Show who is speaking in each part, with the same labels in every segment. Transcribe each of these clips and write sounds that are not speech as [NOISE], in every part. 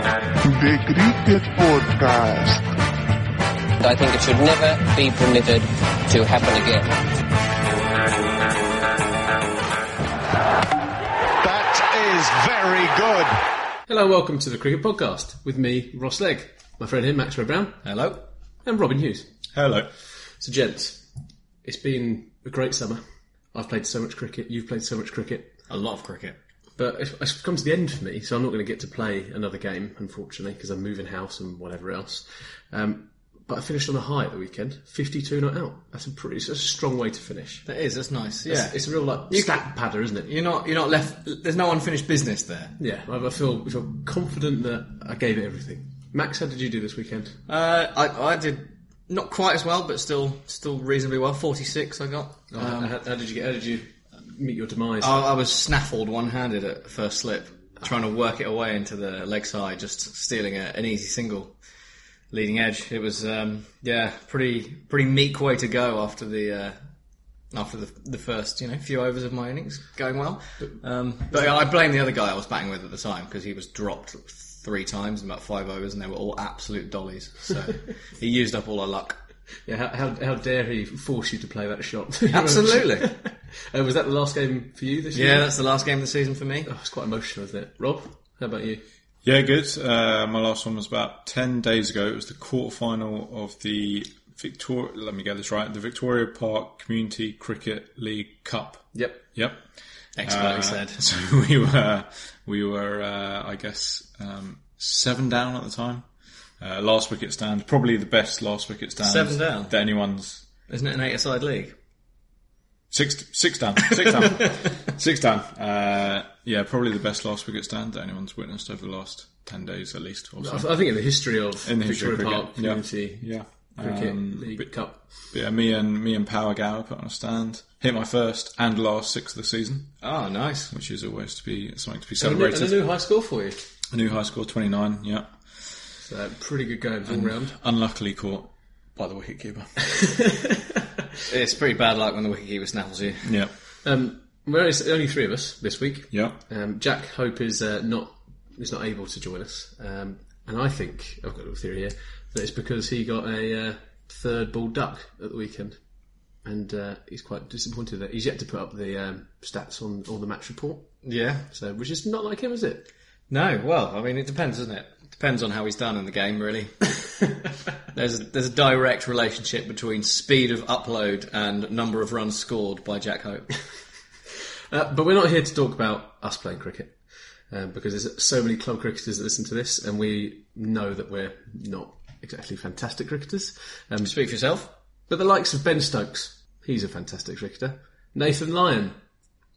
Speaker 1: The Cricket Podcast.
Speaker 2: I think it should never be permitted to happen again.
Speaker 3: That is very good.
Speaker 4: Hello, welcome to the Cricket Podcast with me, Ross Legg, my friend here, Maxwell Brown,
Speaker 5: Hello.
Speaker 4: and Robin Hughes.
Speaker 5: Hello.
Speaker 4: So, gents, it's been a great summer. I've played so much cricket, you've played so much cricket,
Speaker 5: A lot of cricket.
Speaker 4: but it's, it's come to the end for me, so I'm not going to get to play another game, unfortunately, because I'm moving house and whatever else. Um, but I finished on a high at the weekend, 52 not out. That's a pretty, it's a strong way to finish.
Speaker 5: That is. That's nice. Yeah.
Speaker 4: It's, it's a real like stat padder, isn't it?
Speaker 5: you're not. You're not left. There's no unfinished business there.
Speaker 4: Yeah, I I feel, I feel confident that I gave it everything. Max, how did you do this weekend?
Speaker 5: Uh, I, I did not quite as well, but still, still reasonably well. Forty six. I Uh, got. Um,
Speaker 4: how, how did you get? How did you meet your demise?
Speaker 5: I, I was snaffled one handed at first slip, trying to work it away into the leg side, just stealing a, an easy single, leading edge. It was um, yeah, pretty pretty meek way to go after the. Uh, after the, the first, you know, few overs of my innings going well, um, but I blame the other guy I was batting with at the time because he was dropped three times in about five overs, and they were all absolute dollies. So
Speaker 4: [LAUGHS]
Speaker 5: he used up all our luck.
Speaker 4: yeah, how, how, how dare he force you to play that shot? [LAUGHS]
Speaker 5: Absolutely.
Speaker 4: uh, was that the last game for you this year?
Speaker 5: Yeah, that's the last game of the season for me.
Speaker 4: Oh, it's quite emotional, isn't it? Rob, how about you?
Speaker 6: Yeah, good. Uh, my last one was about 10 days ago. It was the quarterfinal of the Victoria, let me get this right, the Victoria Park Community Cricket League Cup.
Speaker 4: Yep.
Speaker 6: Yep.
Speaker 5: Expertly
Speaker 6: Uh,
Speaker 5: said.
Speaker 6: [LAUGHS] So we were, we were, uh, I guess, um, seven down at the time. Uh, last wicket stand, probably the best last wicket stand
Speaker 5: Seven down?
Speaker 6: that anyone's
Speaker 5: Isn't it an eight-a-side league?
Speaker 6: Six, six down, six down,
Speaker 5: [LAUGHS]
Speaker 6: six down. Uh, yeah, probably the best last wicket stand that anyone's witnessed over the last ten days, at least. Or
Speaker 4: I,
Speaker 6: so.
Speaker 4: I think in the history of
Speaker 6: In the history
Speaker 4: Victoria
Speaker 6: of cricket,
Speaker 4: Park
Speaker 6: yeah.
Speaker 4: Community
Speaker 6: Yeah,
Speaker 4: Cricket
Speaker 6: Um,
Speaker 4: League Cup.
Speaker 6: but yeah, me and me and Power Gower put on a stand. Hit my first and last six of the season,
Speaker 5: Oh, nice.
Speaker 6: which is always to be something to be
Speaker 4: And a, and
Speaker 6: celebrated.
Speaker 4: a new high score for you.
Speaker 6: a new high score, twenty nine. Yeah,
Speaker 4: So pretty good going all round.
Speaker 6: unluckily caught by the wicketkeeper.
Speaker 5: It's pretty bad luck when the wicketkeeper snaffles you.
Speaker 6: yeah,
Speaker 4: Um, well, it's only three of us this week.
Speaker 6: yeah.
Speaker 4: Um, Jack Hope is uh, not is not able to join us, um, and I think I've got a little theory here that it's because he got a uh, third ball duck at the weekend, and uh, he's quite disappointed that he's yet to put up the um, stats on all the match report.
Speaker 5: Yeah.
Speaker 4: So, which is not like him, is it?
Speaker 5: No. Well, I mean, it depends, doesn't it? Depends on how he's done in the
Speaker 4: [LAUGHS]
Speaker 5: game, really. there's a, there's a direct relationship between speed of upload and number of runs scored by Jack Hope.
Speaker 4: Uh, but we're not here to talk about us playing cricket. Um, because there's so many club cricketers that listen to this, and we know that we're not exactly fantastic cricketers. Um,
Speaker 5: Speak
Speaker 4: [LAUGHS]
Speaker 5: for yourself.
Speaker 4: But the likes of Ben Stokes, he's a fantastic cricketer. Nathan Lyon,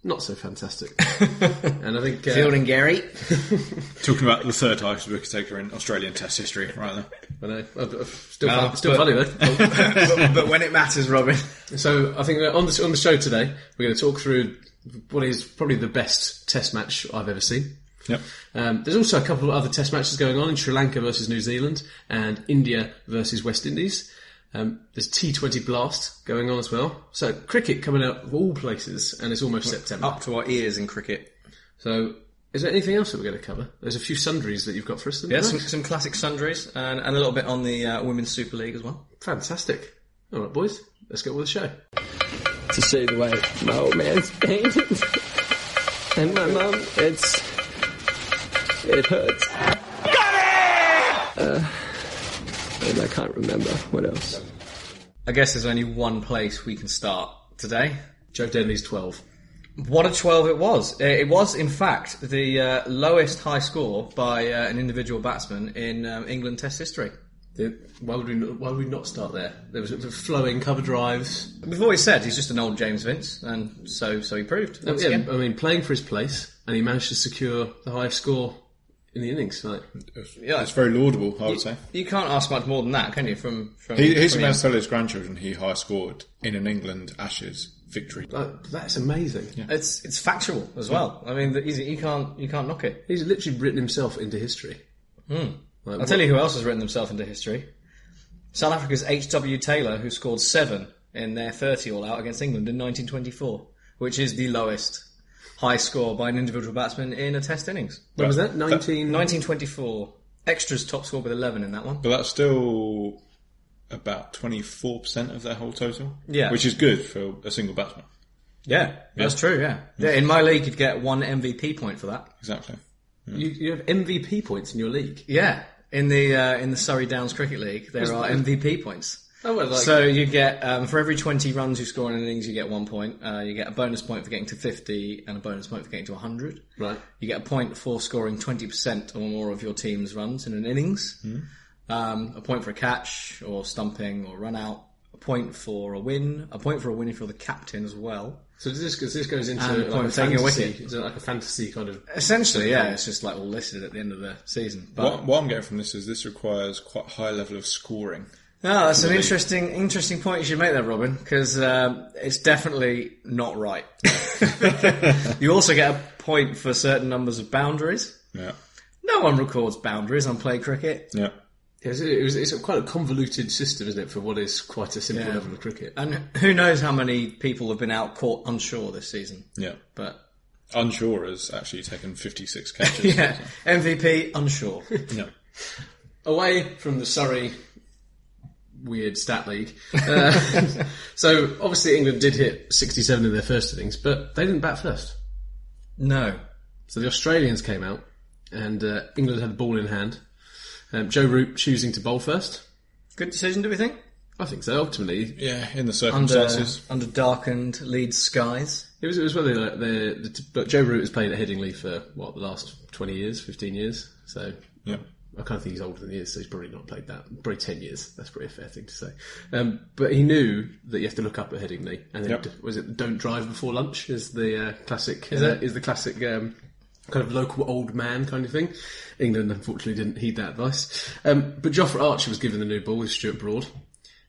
Speaker 4: not so fantastic. and I think uh,
Speaker 5: Fielding Gary.
Speaker 6: Talking about the third highest wicket taker in Australian Test history, right there.
Speaker 4: I know, uh, uh, still,
Speaker 5: No,
Speaker 4: fun, still
Speaker 5: but-
Speaker 4: funny though.
Speaker 5: but, but when it matters, Robin.
Speaker 4: so I think uh, on the on the show today, we're going to talk through what is probably the best Test match I've ever seen.
Speaker 6: Yep.
Speaker 4: Um, there's also a couple of other Test matches going on in Sri Lanka versus New Zealand and India versus West Indies. Um, there's T20 Blast going on as well. So cricket coming out of all places, and it's almost September.
Speaker 5: Up to our ears in cricket.
Speaker 4: So, is there anything else that we're going to cover? There's a few sundries that you've got for us.
Speaker 5: Yeah, some, some classic sundries and, and a little bit on the uh, Women's Super League as well.
Speaker 4: fantastic. All right, boys, let's get on with the show.
Speaker 7: to see the way my old man's painted. and my mum, it's. It hurts. Got it! Uh, and I can't remember what else.
Speaker 5: I guess there's only one place we can start today.
Speaker 4: Joe Denley's 12.
Speaker 5: What a 12 it was. Uh, It was, in fact, the uh, lowest high score by uh, an individual batsman in um, England Test history.
Speaker 4: The- Why would, we, not- why would we not start there? There was flowing cover drives.
Speaker 5: We've always said he's just an old James Vince, and so so he proved. Once
Speaker 4: Yeah,
Speaker 5: again.
Speaker 4: I mean, playing for his place, and he managed to secure the highest score in the innings. Like,
Speaker 5: Yeah.
Speaker 6: It's very laudable, I would say.
Speaker 5: You can't ask much more than that, can you? From from
Speaker 6: He, he's
Speaker 5: from
Speaker 6: about
Speaker 5: him?
Speaker 6: to tell his grandchildren he high scored in an England Ashes victory.
Speaker 4: like, that's amazing.
Speaker 5: It's it's factual as well. I mean, the- he's, you can't you can't knock it.
Speaker 4: He's literally written himself into history.
Speaker 7: Hmm.
Speaker 4: Like,
Speaker 5: I'll tell you who else has written themselves into history. South Africa's H.W. Taylor, who scored seven in their 30 all out against England in 1924, which is the lowest high score by an individual batsman in a test innings.
Speaker 4: When was that? 19...
Speaker 5: 1924. Extras top score with 11 in that one.
Speaker 6: But that's still about 24% of their whole total.
Speaker 5: Yeah.
Speaker 6: Which is good for a single batsman.
Speaker 5: Yeah, that's true, yeah. Yeah, in my league, you'd get one MVP point for that.
Speaker 6: Exactly.
Speaker 4: You, you have MVP points in your league.
Speaker 5: Yeah, in the uh, in the Surrey Downs Cricket League, there are MVP points.
Speaker 4: Oh, well, like,
Speaker 5: So you get um, for every twenty runs you score in an innings, you get one point. Uh, you get a bonus point for getting to fifty, and a bonus point for getting to hundred.
Speaker 4: right.
Speaker 5: You get a point for scoring twenty percent or more of your team's runs in an innings. Um, a point for a catch or stumping or run out. A point for a win. A point for a win if you're the captain as well.
Speaker 4: So does this, does this goes into
Speaker 5: And
Speaker 4: like a
Speaker 5: point taking a
Speaker 4: fantasy,
Speaker 5: wicket.
Speaker 4: is it like a fantasy kind of?
Speaker 5: Essentially, yeah, it's just like all listed at the end of the season. But
Speaker 6: What, what I'm getting from this is this requires quite a high level of scoring.
Speaker 5: No, that's an interesting, interesting point you should make there, Robin, because um, it's definitely not
Speaker 6: [LAUGHS]
Speaker 5: right. you also get a point for certain numbers of boundaries.
Speaker 6: Yeah.
Speaker 5: No one records boundaries on play cricket,
Speaker 6: Yeah.
Speaker 4: Yeah, it's, it was, it's a quite a convoluted system, isn't it, for what is quite a simple
Speaker 5: Yeah.
Speaker 4: level of cricket?
Speaker 5: and who knows how many people have been out caught unsure this season.
Speaker 6: Yeah.
Speaker 5: But [LAUGHS]
Speaker 6: Unsure has actually taken 56 catches.
Speaker 5: yeah, MVP unsure.
Speaker 6: [LAUGHS] No.
Speaker 4: Away from the Surrey weird stat league. [LAUGHS] Uh, so obviously England did hit 67 in their first innings, but they didn't bat first.
Speaker 5: no,
Speaker 4: So the Australians came out, and uh, England had the ball in hand. Um, Joe Root choosing to bowl first.
Speaker 5: good decision, do we think?
Speaker 4: I think so. Ultimately,
Speaker 6: Yeah, in the
Speaker 5: Under,
Speaker 6: circumstances.
Speaker 5: under darkened lead skies.
Speaker 4: It was, it was whether like, the, the but Joe Root has played at Headingley for what the last twenty years, fifteen years. So
Speaker 6: Yeah.
Speaker 4: I kind of think he's older than he is, so he's probably not played that. Probably ten years. That's probably a fair thing to say. Um, but he knew that you have to look up at Headingley, and then
Speaker 6: Yep.
Speaker 4: d- was it "Don't drive before lunch" is the uh, classic is, uh, is the classic um, kind of local old man kind of thing. England unfortunately didn't heed that advice. Um, but Joffrey Archer was given the new ball with Stuart Broad,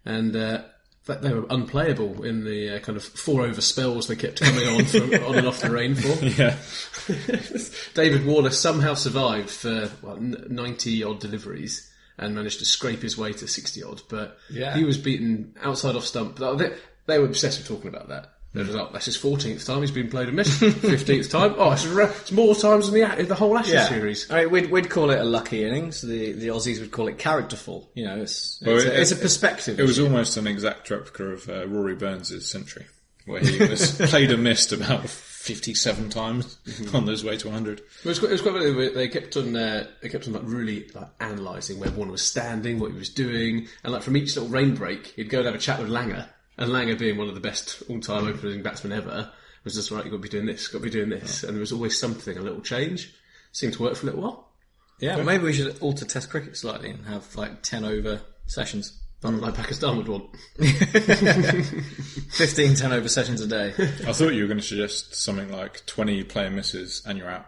Speaker 4: and. Uh, that they were unplayable in the uh, kind of four over spells they kept coming on from, on and off the rain for.
Speaker 6: Yeah. [LAUGHS]
Speaker 4: [LAUGHS] David Warner somehow survived for well, ninety odd deliveries and managed to scrape his way to sixty odd. But
Speaker 5: Yeah.
Speaker 4: he was beaten outside off stump. Like, They, they were obsessed with talking about that. They was like, "That's his fourteenth time he's been played and missed. Fifteenth time. Oh, it's, ra- it's more times than the, the whole Ashes series."
Speaker 5: I mean, we'd, we'd call it a lucky innings. The the Aussies would call it characterful. You know, it's it's,
Speaker 6: it-
Speaker 5: a, it's a
Speaker 6: it-
Speaker 5: perspective.
Speaker 6: It was almost an exact replica of uh, Rory Burns' century, where he was
Speaker 5: [LAUGHS]
Speaker 6: played and missed about 57 times [LAUGHS] on his way to 100.
Speaker 4: It was quite, it was quite funny. They, they kept on, uh, they kept on like really like analysing where Warner was standing, what he was doing, and like from each little rain break, he'd go and have a chat with Langer, and Langer being one of the best all-time opening batsmen ever, was just right. You've got to be doing this, got to be doing this, and there was always something, a little change. Seemed to work for a little while.
Speaker 5: yeah, maybe we should alter Test cricket slightly and have like ten over sessions,
Speaker 4: Not like Pakistan would want.
Speaker 5: 15 10 over sessions a [LAUGHS] day.
Speaker 6: I thought you were going to suggest something like 20 player misses and
Speaker 5: [LAUGHS]
Speaker 6: you're out.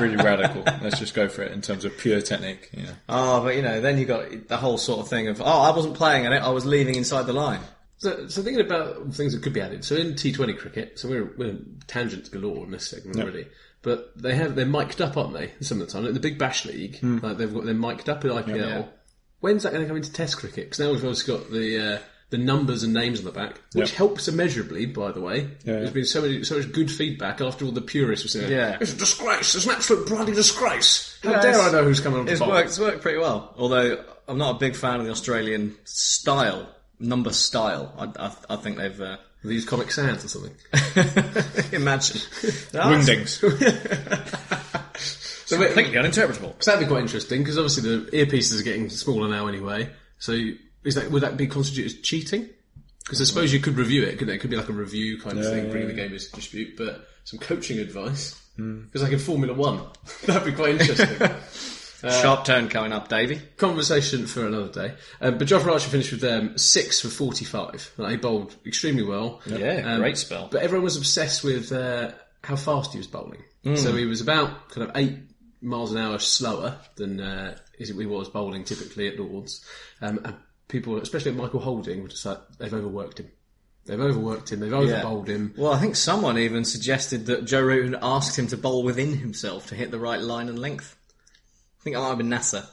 Speaker 6: really radical. Let's just go for it in terms of pure technique. You know.
Speaker 5: oh, but you know, then you got the whole sort of thing of oh, I wasn't playing in it, I was leaving inside the line.
Speaker 4: So, so thinking about things that could be added. So in T20 cricket, so we're, we're tangents galore in this segment already. But they have they're mic'd up, aren't they? Some of the time, like the Big Bash League, like they've got they're mic'd up in IPL.
Speaker 5: Hmm. Yeah.
Speaker 4: When's that going to come into Test cricket? Because now we've obviously got the uh, the numbers and names on the back, which
Speaker 6: Yeah.
Speaker 4: helps immeasurably. By the way,
Speaker 6: yeah.
Speaker 4: there's been so many, so much good feedback after all the purists were saying,
Speaker 5: Yeah.
Speaker 4: it's a disgrace. It's an absolute bloody disgrace. How
Speaker 5: Yeah,
Speaker 4: dare
Speaker 5: it's-
Speaker 4: I know who's coming on the
Speaker 5: It's
Speaker 4: bowl?"
Speaker 5: worked, it's worked pretty well. Although I'm not a big fan of the Australian style, number style. I, I, I think they've [LAUGHS] uh,
Speaker 4: These Comic Sans or something.
Speaker 5: imagine. Ah,
Speaker 6: Windings.
Speaker 5: So completely uninterpretable.
Speaker 4: So that'd be quite interesting because obviously the earpieces are getting smaller now anyway. So is that would that be constituted as cheating? Because I suppose you could review it. Couldn't it? it could be like a review kind of thing,
Speaker 6: yeah, Hmm.
Speaker 4: bringing the game into dispute, but some coaching advice. Because like in Formula One, [LAUGHS] that'd be quite
Speaker 6: [LAUGHS]
Speaker 4: interesting.
Speaker 5: Sharp turn coming up, Davey.
Speaker 4: Conversation for another day. Um, but Jofra Archer finished with um, six for forty-five. Like, he bowled extremely well.
Speaker 5: Yeah,
Speaker 4: Um,
Speaker 5: great spell.
Speaker 4: But everyone was obsessed with uh, how fast he was bowling.
Speaker 5: Mm.
Speaker 4: So he was about kind of eight miles an hour slower than uh, is- he was bowling typically at Lords. Um, and people, especially Michael Holding, were just like, they've overworked him. They've overworked him. They've overbowled him.
Speaker 5: Well, I think someone even suggested that Joe Root had asked him to bowl within himself to hit the right line and length. I think that might have been NASA.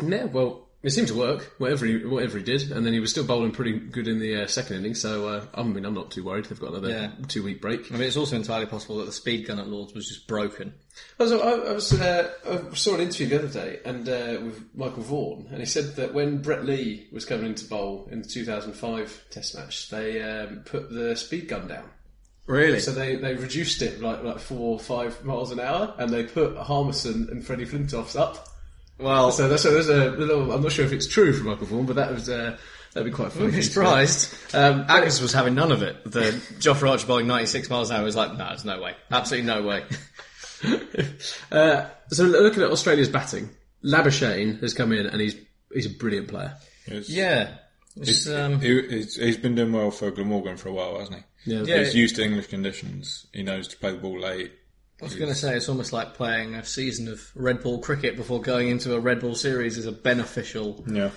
Speaker 4: No, well, It seemed to work, whatever he whatever he did, and then he was still bowling pretty good in the uh, second inning. So uh, I mean, I'm not too worried. They've got another
Speaker 5: Yeah.
Speaker 4: two week break.
Speaker 5: I mean, it's also entirely possible that the speed gun at Lords was just broken.
Speaker 4: Also, I, I, was, uh, I saw an interview the other day and uh, with Michael Vaughan, and he said that when Brett Lee was coming into bowl in the 2005 Test match, they um, put the speed gun down.
Speaker 5: Really?
Speaker 4: So they, they reduced it like like four or five miles an hour, and they put Harmison and Freddie Flintoffs up.
Speaker 5: well,
Speaker 4: So that's, so there's a little. I'm not sure if it's true for Michael Vaughan, but that was uh, that'd be quite funny.
Speaker 5: I'm [LAUGHS] surprised. Um, Agus was having none of it. The Joffrey Archer bowling 96 miles an hour was like, no, there's no way. Absolutely no way.
Speaker 4: Uh, so looking at Australia's batting, Labuschagne has come in and he's he's a brilliant player.
Speaker 5: [LAUGHS]
Speaker 6: It's-
Speaker 5: yeah. It's, um,
Speaker 6: He, he's, he's been doing well for Glamorgan for a while, hasn't he?
Speaker 4: Yeah.
Speaker 5: Yeah.
Speaker 6: He's used to English conditions. He knows to play the ball late.
Speaker 5: I was going to say, it's almost like playing a season of Red Bull cricket before going into a Red Bull series is a beneficial.
Speaker 6: Yeah.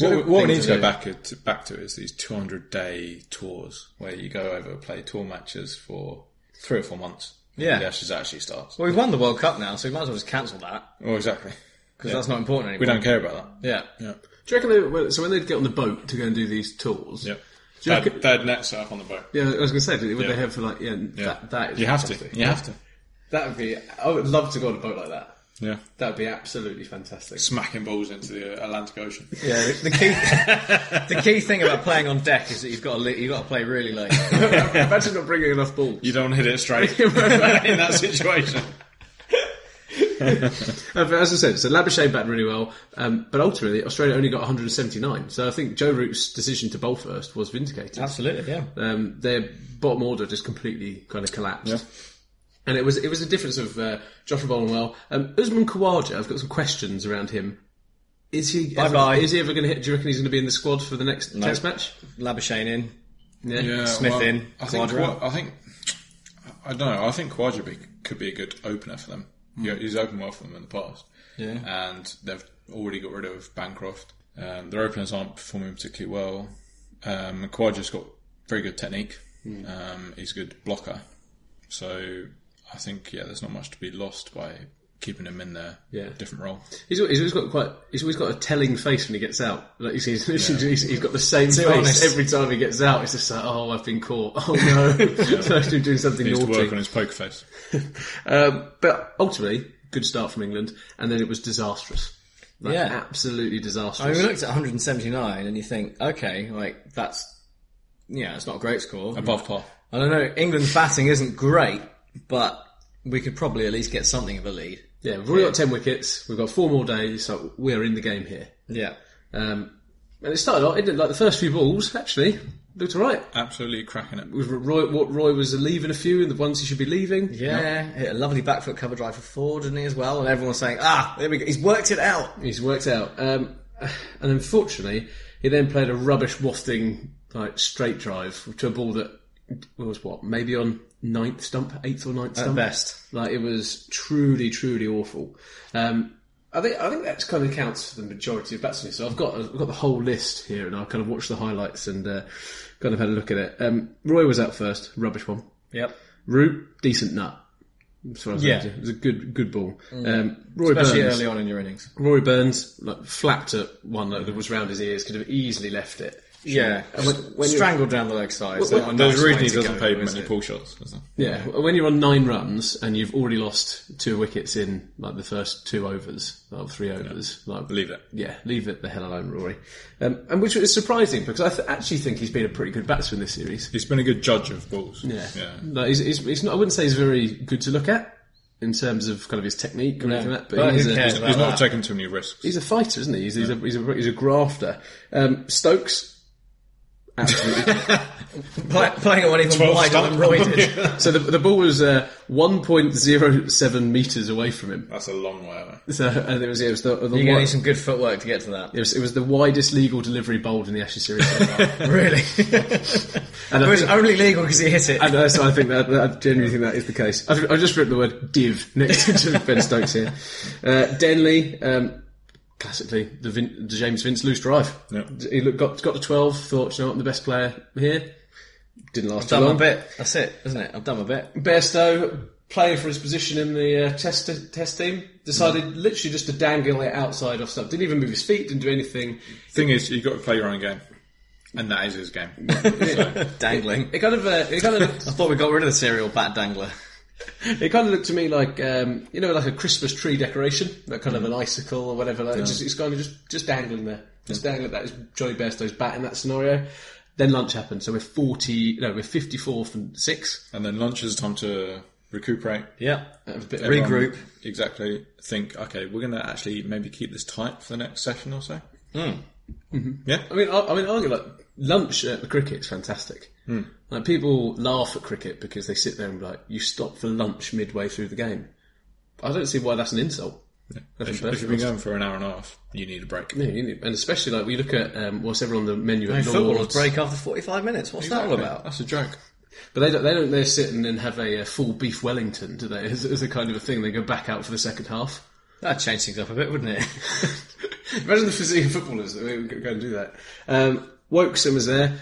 Speaker 6: What, we- what
Speaker 5: thing
Speaker 6: we
Speaker 5: to
Speaker 6: need to go
Speaker 5: do.
Speaker 6: back to, back to is these 200 day tours where you go over play tour matches for three or four months.
Speaker 5: Yeah.
Speaker 6: The Ashes actually starts.
Speaker 5: Well, we've won the World Cup now, so we might as well just cancel that
Speaker 6: Well, exactly.
Speaker 5: because that's not important
Speaker 6: We
Speaker 5: anymore.
Speaker 6: don't care about that.
Speaker 5: Yeah.
Speaker 6: Yeah.
Speaker 4: Do you reckon they well, so when they'd get on the boat to go and do these tours?
Speaker 6: Yep.
Speaker 4: Do you
Speaker 6: Third,
Speaker 4: reckon-
Speaker 6: third net set up on the boat.
Speaker 4: Yeah, I was going to say, would
Speaker 6: Yeah.
Speaker 4: they have like yeah, That, that is
Speaker 6: you have to.
Speaker 4: fantastic.
Speaker 6: You have to.
Speaker 4: That would be. I would love to go on a boat like that.
Speaker 6: Yeah.
Speaker 4: That would be absolutely fantastic.
Speaker 6: Smacking balls into the Atlantic Ocean.
Speaker 5: Yeah. The key, the key [LAUGHS] thing about playing on deck is that you've got to, li- you've got to play really late.
Speaker 4: Imagine not bringing enough
Speaker 6: [LAUGHS]
Speaker 4: balls.
Speaker 6: You don't hit
Speaker 4: [LAUGHS]
Speaker 6: it straight in that situation.
Speaker 4: Uh, but As I said, so Labuschagne batted really well, um, but ultimately Australia only got 179. So I think Joe Root's decision to bowl first was vindicated.
Speaker 5: Absolutely. Yeah.
Speaker 4: Um, their bottom order just completely kind of collapsed.
Speaker 6: Yeah.
Speaker 4: And it was it was a difference of uh, Joshua bowling well. Um, Usman Khawaja, I've got some questions around him. Is he ever,
Speaker 5: Bye-bye.
Speaker 4: Is he ever going to hit? Do you reckon he's going to be in the squad for the next Test match?
Speaker 5: Labashane in.
Speaker 4: Yeah.
Speaker 6: Yeah,
Speaker 5: Smith in,
Speaker 6: I think,
Speaker 5: Quadra
Speaker 6: Qua- I think I don't know. I think Quadra be, could be a good opener for them.
Speaker 4: Hmm.
Speaker 6: Yeah, he's opened well for them in the past.
Speaker 5: Yeah.
Speaker 6: and they've already got rid of Bancroft. Um, their openers aren't performing particularly well. Um, Quadra's got very good technique.
Speaker 4: Hmm.
Speaker 6: Um, he's a good blocker, so I think yeah, there's not much to be lost by keeping him in their
Speaker 4: Yeah.
Speaker 6: different role.
Speaker 4: He's, al- he's always got quite. He's always got a telling face when he gets out. Like you see, he's, he's- he's got the same face
Speaker 5: honest.
Speaker 4: every time he gets out. It's just like, oh, I've been caught. Oh
Speaker 5: [LAUGHS]
Speaker 4: no, so actually doing something
Speaker 6: He needs to
Speaker 4: naughty.
Speaker 6: work on his poker face.
Speaker 4: Um, but ultimately, good start from England, and then it was disastrous. Like,
Speaker 5: Yeah.
Speaker 4: absolutely disastrous.
Speaker 5: I mean, we looked at 179 and you think, okay, like that's, yeah, it's not a great score.
Speaker 6: Above par.
Speaker 5: I don't know. England's batting isn't great, but we could probably at least get something of a lead.
Speaker 4: yeah, we've already got ten wickets. We've got four more days, so we are in the game here.
Speaker 5: Yeah.
Speaker 4: Um, and it started off, didn't it? Like the first few balls, actually looked all right.
Speaker 6: Absolutely cracking it.
Speaker 4: With Roy, what Roy was leaving a few, and the ones he should be leaving.
Speaker 5: Yeah, hit a lovely back foot cover drive for Ford, didn't he, as well? And everyone was saying, ah, there we go. He's worked it out.
Speaker 4: He's worked out. Um, and unfortunately, he then played a rubbish wafting like straight drive to a ball that was what maybe on ninth stump, eighth or ninth stump.
Speaker 5: best.
Speaker 4: Like it was truly, truly awful. Um, I think I think that kind of counts for the majority of batsmen. So I've got I've got the whole list here, and I kind of watched the highlights and uh, kind of had a look at it. Um, Roy was out first, rubbish one.
Speaker 5: Yep.
Speaker 4: Root, decent nut. That's what I was
Speaker 5: Yeah. Mm.
Speaker 4: gonna do. it was a good good ball. Um, Roy
Speaker 5: Especially
Speaker 4: Burns.
Speaker 5: early on in your innings.
Speaker 4: Rory Burns like, flapped at one that was round his ears, could have easily left it.
Speaker 5: Yeah.
Speaker 4: And when- when you-
Speaker 5: Strangled down the leg side. Well,
Speaker 4: when-
Speaker 5: well,
Speaker 6: There's a reason he doesn't pay many pull shots. Does he?
Speaker 4: Yeah, when you're on nine runs and you've already lost two wickets in like the first two overs or three overs, like
Speaker 6: Leave it.
Speaker 4: Yeah, leave it the hell alone, Rory. Um, and which is surprising because I th- actually think he's been a pretty good batsman this series.
Speaker 6: He's been a good judge of balls.
Speaker 4: Yeah, Like, he's, he's, he's not. I wouldn't say he's very good to look at in terms of kind of his technique or anything like that, but,
Speaker 5: But
Speaker 4: he's
Speaker 5: who
Speaker 4: a,
Speaker 5: cares?
Speaker 4: he's-
Speaker 6: He's not
Speaker 5: that.
Speaker 6: taking too many risks.
Speaker 4: uh, he's a fighter, isn't he? He's, he's, a, he's, a, he's a grafter. Um, Stokes, absolutely. [LAUGHS]
Speaker 5: Play, playing it when even
Speaker 6: 12
Speaker 5: wider than Roy did.
Speaker 4: So the, the ball was uh, 1.07 metres away from him.
Speaker 6: That's a long way away.
Speaker 4: So and uh, it was, it was the, the
Speaker 5: You're going to
Speaker 4: wi-
Speaker 5: need some good footwork to get to that.
Speaker 4: it was, it was the widest legal delivery bowled in the Ashes series. so far.
Speaker 5: Really? [LAUGHS]
Speaker 4: and
Speaker 5: it
Speaker 4: I
Speaker 5: was
Speaker 4: think,
Speaker 5: only legal because he hit it.
Speaker 4: and uh, so I think that, that I genuinely think that is the case. I've, I've just written the word div next to [LAUGHS] Ben Stokes here. Uh, Denley, um, classically the, Vin, the James Vince loose drive.
Speaker 6: Yeah.
Speaker 4: He looked, got got to twelve. Thought, you know what, I'm the best player here. Didn't last
Speaker 5: I've
Speaker 4: too
Speaker 5: done
Speaker 4: long.
Speaker 5: my bit. That's it, isn't it? I've done my bit.
Speaker 4: Bairstow player for his position in the uh, test test team decided literally just to dangle it outside off stuff. Didn't even move his feet. Didn't do anything.
Speaker 6: Thing is, you've got to play your own game, and that is his game. so,
Speaker 5: Dangling.
Speaker 4: [LAUGHS] It kind of uh, it kind of looked,
Speaker 5: I thought we got rid of the cereal bat dangler.
Speaker 4: it kind of looked to me like um, you know like a Christmas tree decoration, that kind of an icicle or whatever. Like, it's, just, it's kind of just just dangling there, just dangling. That is Johnny Bairstow's bat in that scenario. Then lunch happened, so we're forty. No, we're fifty-four from six. Uh,
Speaker 6: and then lunch is time to recuperate.
Speaker 5: Yeah.
Speaker 4: That was a bit of-
Speaker 5: Regroup.
Speaker 6: Um, exactly. Think, okay, we're going to actually maybe keep this tight for the next session or so.
Speaker 5: Hmm.
Speaker 4: I mean, I, I mean, argue like lunch at the cricket's fantastic. Like people laugh at cricket because they sit there and be like, "You stop for lunch midway through the game." I don't see why that's an insult. That's
Speaker 6: If, if you've been going for an hour and a half, you need a break.
Speaker 4: Yeah, you need- and especially like we look at um, what's ever on the menu at
Speaker 5: Footballers
Speaker 4: Lord's,
Speaker 5: break after 45 minutes. What's that all about?
Speaker 6: That's a joke. [LAUGHS]
Speaker 4: but they don't, they don't they sit and then have a, uh full beef Wellington, do they? As, as a kind of a thing, they go back out for the second half. [LAUGHS]
Speaker 5: That'd change things up a bit, wouldn't it?
Speaker 4: Imagine the physique of footballers that would go and do that. Um, Wokesum was there,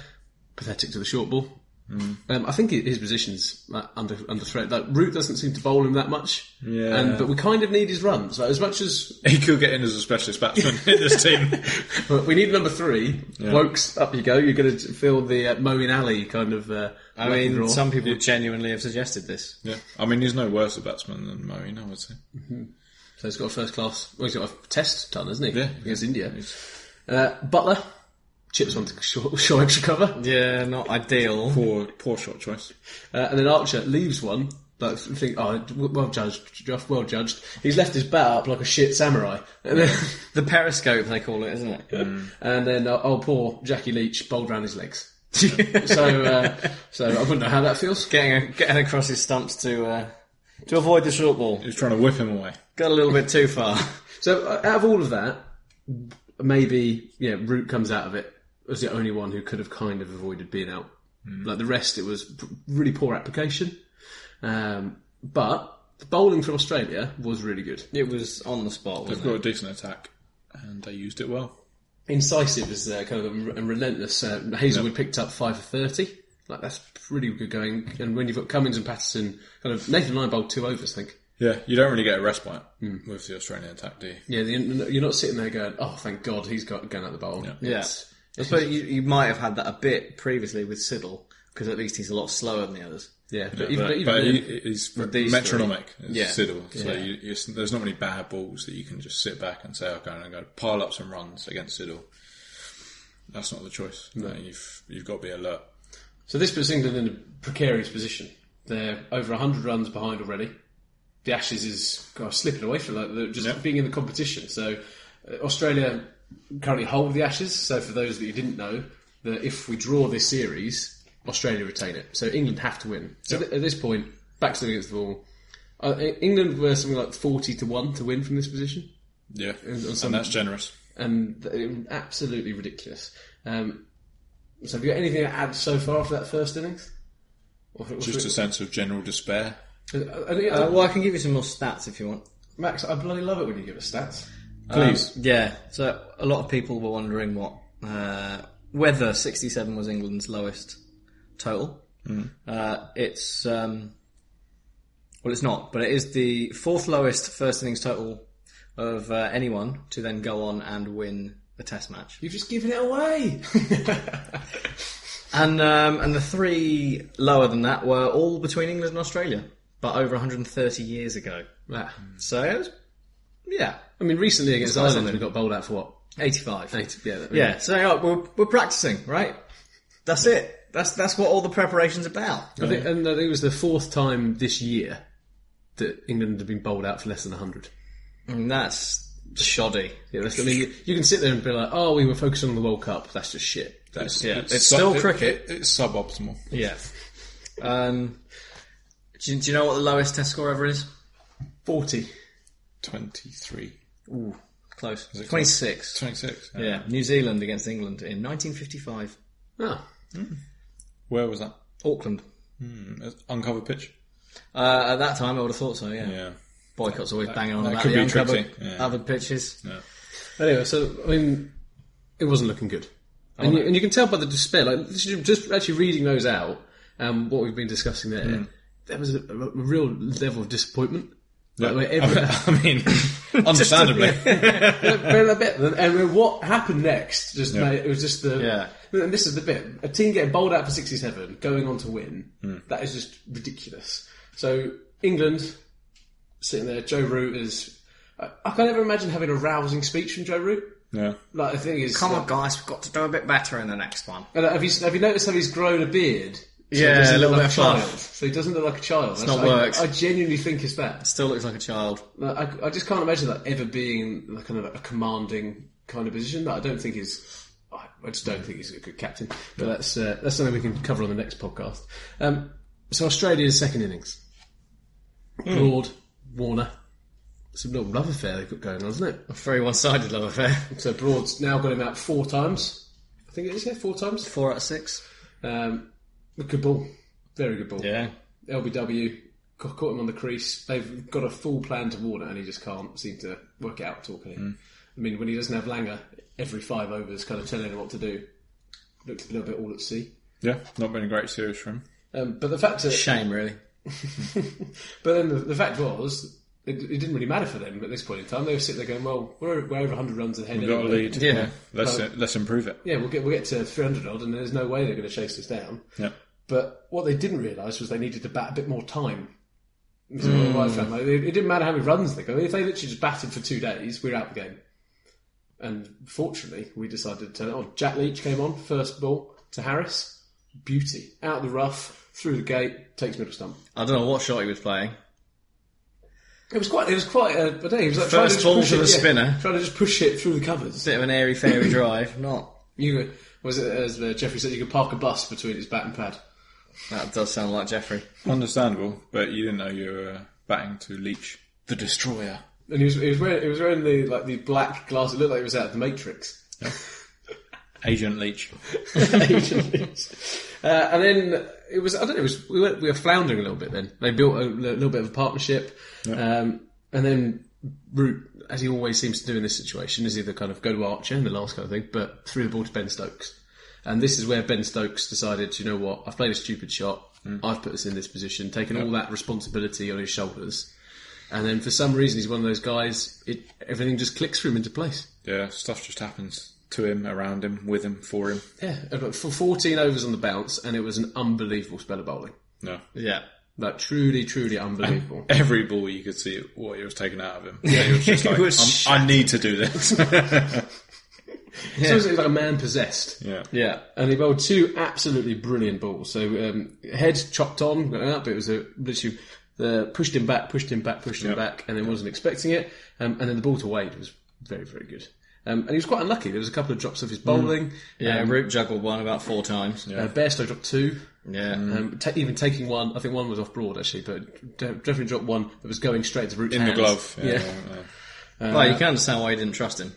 Speaker 4: pathetic to the short ball. Um, I think his position's like, under under threat. Like Root doesn't seem to bowl him that much,
Speaker 6: Yeah.
Speaker 4: And but we kind of need his runs. Like as much as
Speaker 6: He could get in as a specialist batsman in this team.
Speaker 5: [LAUGHS]
Speaker 4: but we need number three. Wokes, up you go. You're going to fill the uh, Moeen Alley kind of. Uh,
Speaker 5: I mean, some people genuinely have suggested this.
Speaker 6: Yeah. I mean, he's no worse a batsman than Moeen, I would say.
Speaker 4: So he's got a first class. Well, he's got a test done, hasn't he?
Speaker 6: Yeah.
Speaker 4: against India. Uh, Butler chips onto short, short extra cover.
Speaker 5: Yeah, not ideal.
Speaker 6: Poor, poor shot choice.
Speaker 4: Uh, and then Archer leaves one. Like, think, oh, w- well judged, Jeff, well judged. He's left his bat up like a shit samurai. And then,
Speaker 5: The periscope, they call it, isn't it? [LAUGHS]
Speaker 4: and then uh, oh, poor Jackie Leach bowled round his legs. So, uh, so I wouldn't know how that feels.
Speaker 5: getting getting across his stumps to uh, to avoid the short ball.
Speaker 6: He was trying to whip him away.
Speaker 5: Got a little bit too far. [LAUGHS]
Speaker 4: So, uh, out of all of that, maybe yeah, Root comes out of it as the only one who could have kind of avoided being out. Like the rest, it was p- really poor application. Um, but the bowling from Australia was really good.
Speaker 5: It was on the spot,
Speaker 6: They've
Speaker 5: wasn't
Speaker 6: got
Speaker 5: it?
Speaker 6: a decent attack, and they used it well.
Speaker 4: incisive is uh, kind of a, a relentless. Uh, Hazelwood picked up five for thirty. Like that's pretty good going. And when you've got Cummins and Patterson, kind of Nathan Lyon bowled two overs. I think.
Speaker 6: Yeah, you don't really get a respite with the Australian attack, do you?
Speaker 4: Yeah, the, you're not sitting there going, "Oh, thank God he's got going out the bowl."
Speaker 5: Yeah. I suppose you, you might have had that a bit previously with Siddle, because at least he's a lot slower than the others.
Speaker 4: yeah. But even,
Speaker 6: but,
Speaker 4: but even
Speaker 6: but
Speaker 4: then-
Speaker 6: he, he's
Speaker 5: these
Speaker 6: metronomic. It's
Speaker 5: Yeah.
Speaker 6: Siddle. So you, you, there's not many bad balls that you can just sit back and say, "Oh, "Okay, I'm going to pile up some runs against Siddle." That's not the choice. No, you've you've got to be alert.
Speaker 4: so this puts England in a precarious position. They're over hundred runs behind already. The Ashes is God, slipping away from like they're just
Speaker 6: Yep.
Speaker 4: being in the competition. So uh, Australia currently hold the Ashes. So for those that you didn't know, that if we draw this series, Australia retain it. So England have to win. So th- at this point, backs up against the wall. Uh, E- England were something like forty to one to win from this position,
Speaker 6: Yeah,
Speaker 4: and
Speaker 6: and,
Speaker 4: some-
Speaker 6: that's generous.
Speaker 4: and th- it was absolutely ridiculous. Um, so have you got anything to add so far for that first innings? Or- or-
Speaker 6: Just a sense of general despair.
Speaker 4: Uh, uh, yeah,
Speaker 5: Uh, well, I can give you some more stats if you want.
Speaker 4: Max, I bloody love it when you give us stats. Um,
Speaker 6: Please,
Speaker 5: Yeah. So a lot of people were wondering what uh, whether 67 was England's lowest total. Uh, it's um, well, it's not, but it is the fourth lowest first innings total of uh, anyone to then go on and win a Test match.
Speaker 4: You've just given it away.
Speaker 5: And um, and the three lower than that were all between England and Australia, but over 130 years ago. So it was, yeah,
Speaker 4: [LAUGHS] I mean, recently against
Speaker 5: Ireland,
Speaker 4: Ireland, we got bowled out for what?
Speaker 5: 85.
Speaker 4: Yeah, that-
Speaker 5: Yeah, so uh, we're, we're practicing, right? That's it. That's that's what all the preparation's about.
Speaker 4: I think, and I think it was the fourth time this year that England had been bowled out for less than 100.
Speaker 5: And that's shoddy.
Speaker 4: Yeah, that's, I mean, [LAUGHS] you, you can sit there and be like, oh, we were focused on the World Cup. That's just shit.
Speaker 6: that's,
Speaker 5: yeah, it's still
Speaker 6: it-
Speaker 5: cricket.
Speaker 6: it- it's suboptimal.
Speaker 5: Yeah. Um, do, you- do you know what the lowest test score ever is?
Speaker 4: 40.
Speaker 6: Twenty-three.
Speaker 5: Ooh, close.
Speaker 6: it close?
Speaker 5: 26.
Speaker 6: 26.
Speaker 5: Yeah, New Zealand against England in 1955.
Speaker 4: Oh,
Speaker 6: Where was that?
Speaker 5: Auckland.
Speaker 6: Uncovered pitch?
Speaker 5: Uh, at that time, I would have thought so, yeah.
Speaker 6: Yeah.
Speaker 5: Boycott's always banging on
Speaker 6: that
Speaker 5: about
Speaker 6: could
Speaker 5: the
Speaker 6: be
Speaker 5: uncovered
Speaker 6: tricky, yeah.
Speaker 5: covered pitches.
Speaker 4: Anyway, so I mean, it wasn't looking good, and, you, and you can tell by the despair. Like just- just actually reading those out, um, what we've been discussing there, there was a, a real level of [LAUGHS] disappointment.
Speaker 6: Yeah.
Speaker 4: Like, every-
Speaker 6: [LAUGHS] I mean, understandably.
Speaker 4: Very little bit. And- And what happened next? Just
Speaker 6: Yeah.
Speaker 4: made, it was just the.
Speaker 5: Yeah.
Speaker 4: And this is the bit: a team getting bowled out for sixty-seven, going on to win. That is just ridiculous. So England sitting there, Joe Root is. I, I can't ever imagine having a rousing speech from Joe Root.
Speaker 6: yeah.
Speaker 4: Like the thing is,
Speaker 5: Come
Speaker 4: like,
Speaker 5: on, guys, we've got to do a bit better in the next one.
Speaker 4: and have you have you noticed how he's grown a beard? So he
Speaker 5: Yeah,
Speaker 4: doesn't
Speaker 5: a little
Speaker 4: look like
Speaker 5: bit of
Speaker 4: child.
Speaker 5: fluff.
Speaker 4: So he doesn't look like a child. That's
Speaker 5: not
Speaker 4: I,
Speaker 5: works.
Speaker 4: I genuinely think it's that.
Speaker 5: Still looks like a child.
Speaker 4: Like, I, I just can't imagine that ever being like kind of a commanding kind of position. That I don't think is. I I just don't think he's a good captain. But that's uh, that's something we can cover on the next podcast. Um, so Australia's second innings.
Speaker 5: Hmm.
Speaker 4: Lord Warner. It's a little love affair they've got going on, isn't
Speaker 5: A very one-sided love affair.
Speaker 4: it? So Broad's now got him out four times. I think it is, yeah, four times.
Speaker 5: Four out of six.
Speaker 4: Um, good ball. Very good ball.
Speaker 5: Yeah.
Speaker 4: LBW ca- caught him on the crease. They've got a full plan to Warner, and he just can't seem to work it out. Talking,
Speaker 6: Hmm.
Speaker 4: I mean, when he doesn't have Langer, every five overs, kind of telling him what to do, looked a little bit all at sea.
Speaker 6: Yeah, not been a great series for him.
Speaker 4: Um, but the fact, that,
Speaker 5: Shame, really.
Speaker 4: but then the, the fact was, it, it didn't really matter for them at this point in time. They were sitting there going, "Well, we're, we're over 100 runs ahead.
Speaker 6: We've got a
Speaker 4: anyway.
Speaker 6: lead.
Speaker 5: Yeah.
Speaker 6: Let's, uh, let's improve it.
Speaker 4: Yeah, we'll get we'll get to 300 odd, and there's no way they're going to chase us down."
Speaker 6: Yeah.
Speaker 4: But what they didn't realise was they needed to bat a bit more time. So,
Speaker 5: Hmm.
Speaker 4: well, I found, like, it, it didn't matter how many runs they got. If they literally just batted for two days, we were out of the game. And fortunately, we decided to turn it on. Jack Leach came on, first ball to Harris. Beauty. Out of the rough, through the gate, takes middle stump.
Speaker 5: I don't know what shot he was playing.
Speaker 4: It was quite, it was quite a, I don't know, he was like
Speaker 5: First
Speaker 4: trying
Speaker 5: ball
Speaker 4: to just push
Speaker 5: to
Speaker 4: it,
Speaker 5: the
Speaker 4: yeah,
Speaker 5: spinner.
Speaker 4: trying to just push it through the covers.
Speaker 5: Bit of an airy [COUGHS] fairy drive. Not.
Speaker 4: You, was it, as uh, Jeffrey said, you could park a bus between his bat and pad.
Speaker 5: That does sound like Jeffrey.
Speaker 6: Understandable, but you didn't know you were batting to Leach, the destroyer.
Speaker 4: And he was, he was wearing, he was wearing the, like, the black glass, it looked like he was out of the Matrix.
Speaker 6: Agent Leach.
Speaker 4: [LAUGHS] uh, and then it was I don't know it was we were, we were floundering a little bit then they built a, li- little bit of a partnership um, and then Root as he always seems to do in this situation is either kind of go to Archer in the last kind of thing but threw the ball to Ben Stokes and this is where Ben Stokes decided you know what I've played a stupid shot I've put us in this position taking all that responsibility on his shoulders and then for some reason he's one of those guys it everything just clicks for him into place
Speaker 6: Yeah, stuff just happens to him, around him, with him, for him.
Speaker 4: yeah about for 14 overs on the bounce and it was an unbelievable spell of bowling
Speaker 6: No.
Speaker 5: Yeah.
Speaker 4: Like truly, truly
Speaker 6: [LAUGHS]
Speaker 4: unbelievable.
Speaker 6: Every ball you could see what he was taking out of him. Yeah, he was just
Speaker 5: He
Speaker 6: like,
Speaker 5: was
Speaker 6: "I'm- I need to do this. [LAUGHS]
Speaker 4: It sounds like, like a man possessed.
Speaker 6: yeah.
Speaker 5: Yeah.
Speaker 4: And he bowled two absolutely brilliant balls. So um, head chopped on, went up. It was a literally uh, pushed him back, pushed him back, pushed him
Speaker 6: Yeah.
Speaker 4: back, and then wasn't expecting it. Um, and then the ball to Wade was very, very good. Um, and he was quite unlucky. There was a couple of drops of his
Speaker 6: Mm.
Speaker 4: bowling. Um,
Speaker 5: Yeah. Root juggled one about four times. Yeah. Mm.
Speaker 4: Uh, Bairstow dropped two.
Speaker 6: Mm.
Speaker 5: Yeah.
Speaker 4: Um, ta even taking one, I think one was off broad actually, but de- definitely dropped one that was going straight to root
Speaker 6: In the glove. Yeah.
Speaker 4: yeah.
Speaker 6: yeah.
Speaker 5: well, you can understand why he didn't trust him.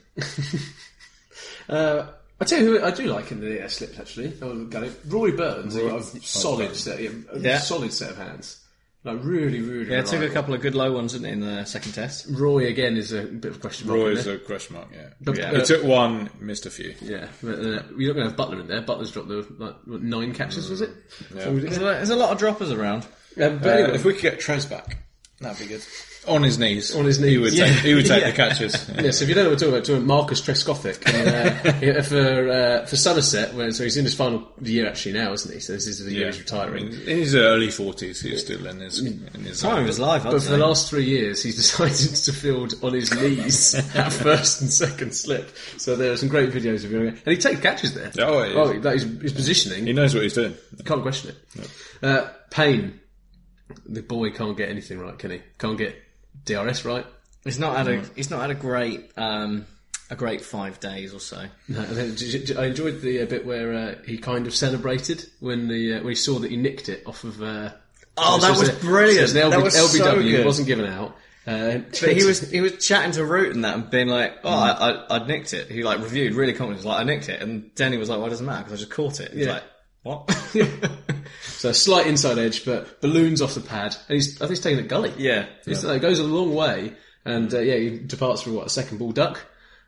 Speaker 4: Uh, I tell you who I do like in the uh, slips actually. Oh, got it. Rory Burns has got a solid set, yeah, a
Speaker 5: Yeah.
Speaker 4: solid set of hands. Like really, really.
Speaker 5: Yeah, took a
Speaker 4: reliable.
Speaker 5: couple of good low ones, didn't he, in the second test?
Speaker 4: Roy again is a bit of a question mark.
Speaker 6: Roy
Speaker 4: isn't
Speaker 6: is
Speaker 4: it?
Speaker 6: a question mark, yeah.
Speaker 4: But-
Speaker 6: yeah.
Speaker 4: but-
Speaker 6: he took one, missed a few.
Speaker 4: yeah, but, uh, you're not going to have Butler in there. Butler's dropped the like, what, nine catches, was it? So we did-
Speaker 5: There's a, there's a lot of droppers around.
Speaker 4: Um, but
Speaker 6: Uh,
Speaker 4: anyway,
Speaker 6: if we could get Trez back, that'd be good. On his knees.
Speaker 4: On his
Speaker 6: He
Speaker 4: knees.
Speaker 6: would
Speaker 4: Yeah.
Speaker 6: take, he would take the catches. Yeah.
Speaker 4: Yeah, so if you don't know what we're talking about, we're talking Marcus Trescothic uh,
Speaker 6: [LAUGHS]
Speaker 4: yeah, for uh, for Somerset. Where, so he's in his final year actually now, isn't he? So this is the year he's retiring.
Speaker 6: In his early 40s, he's still in his. In his
Speaker 5: Time he was live,
Speaker 4: But for the last three years, he's [LAUGHS] decided to field on his
Speaker 5: [LAUGHS]
Speaker 4: knees at first and second slip. So there are some great videos of him, and he takes catches there.
Speaker 6: Yeah, oh, he is.
Speaker 4: that is his positioning.
Speaker 6: He knows what he's doing.
Speaker 4: Can't question it. Uh, Payne, the boy can't get anything right, can he? Can't get DRS right.
Speaker 5: He's not had a he's not had a great um, a great five days or so.
Speaker 4: No, [LAUGHS] and then j- j- I enjoyed the uh, bit where uh, he kind of celebrated when the uh, when he saw that he nicked it off of. Uh,
Speaker 5: Oh,
Speaker 4: it
Speaker 5: that was
Speaker 4: a-
Speaker 5: brilliant.
Speaker 4: so it
Speaker 5: That was so
Speaker 4: LBW
Speaker 5: good.
Speaker 4: wasn't given out. Uh,
Speaker 5: But he was he was chatting to Root and that and being like,
Speaker 4: Mm.
Speaker 5: "Oh, I, I I nicked it." He like reviewed really confident, he was like, "I nicked it," and Denny was like, "Well, it doesn't matter because I just caught it." He's
Speaker 4: Yeah.
Speaker 5: like, "What?"
Speaker 4: [LAUGHS] So a slight inside edge, but balloons off the pad, and he's I think he's taking a gully.
Speaker 5: yeah,
Speaker 4: He's- It goes a long way, and uh, yeah, he departs for what a second ball duck.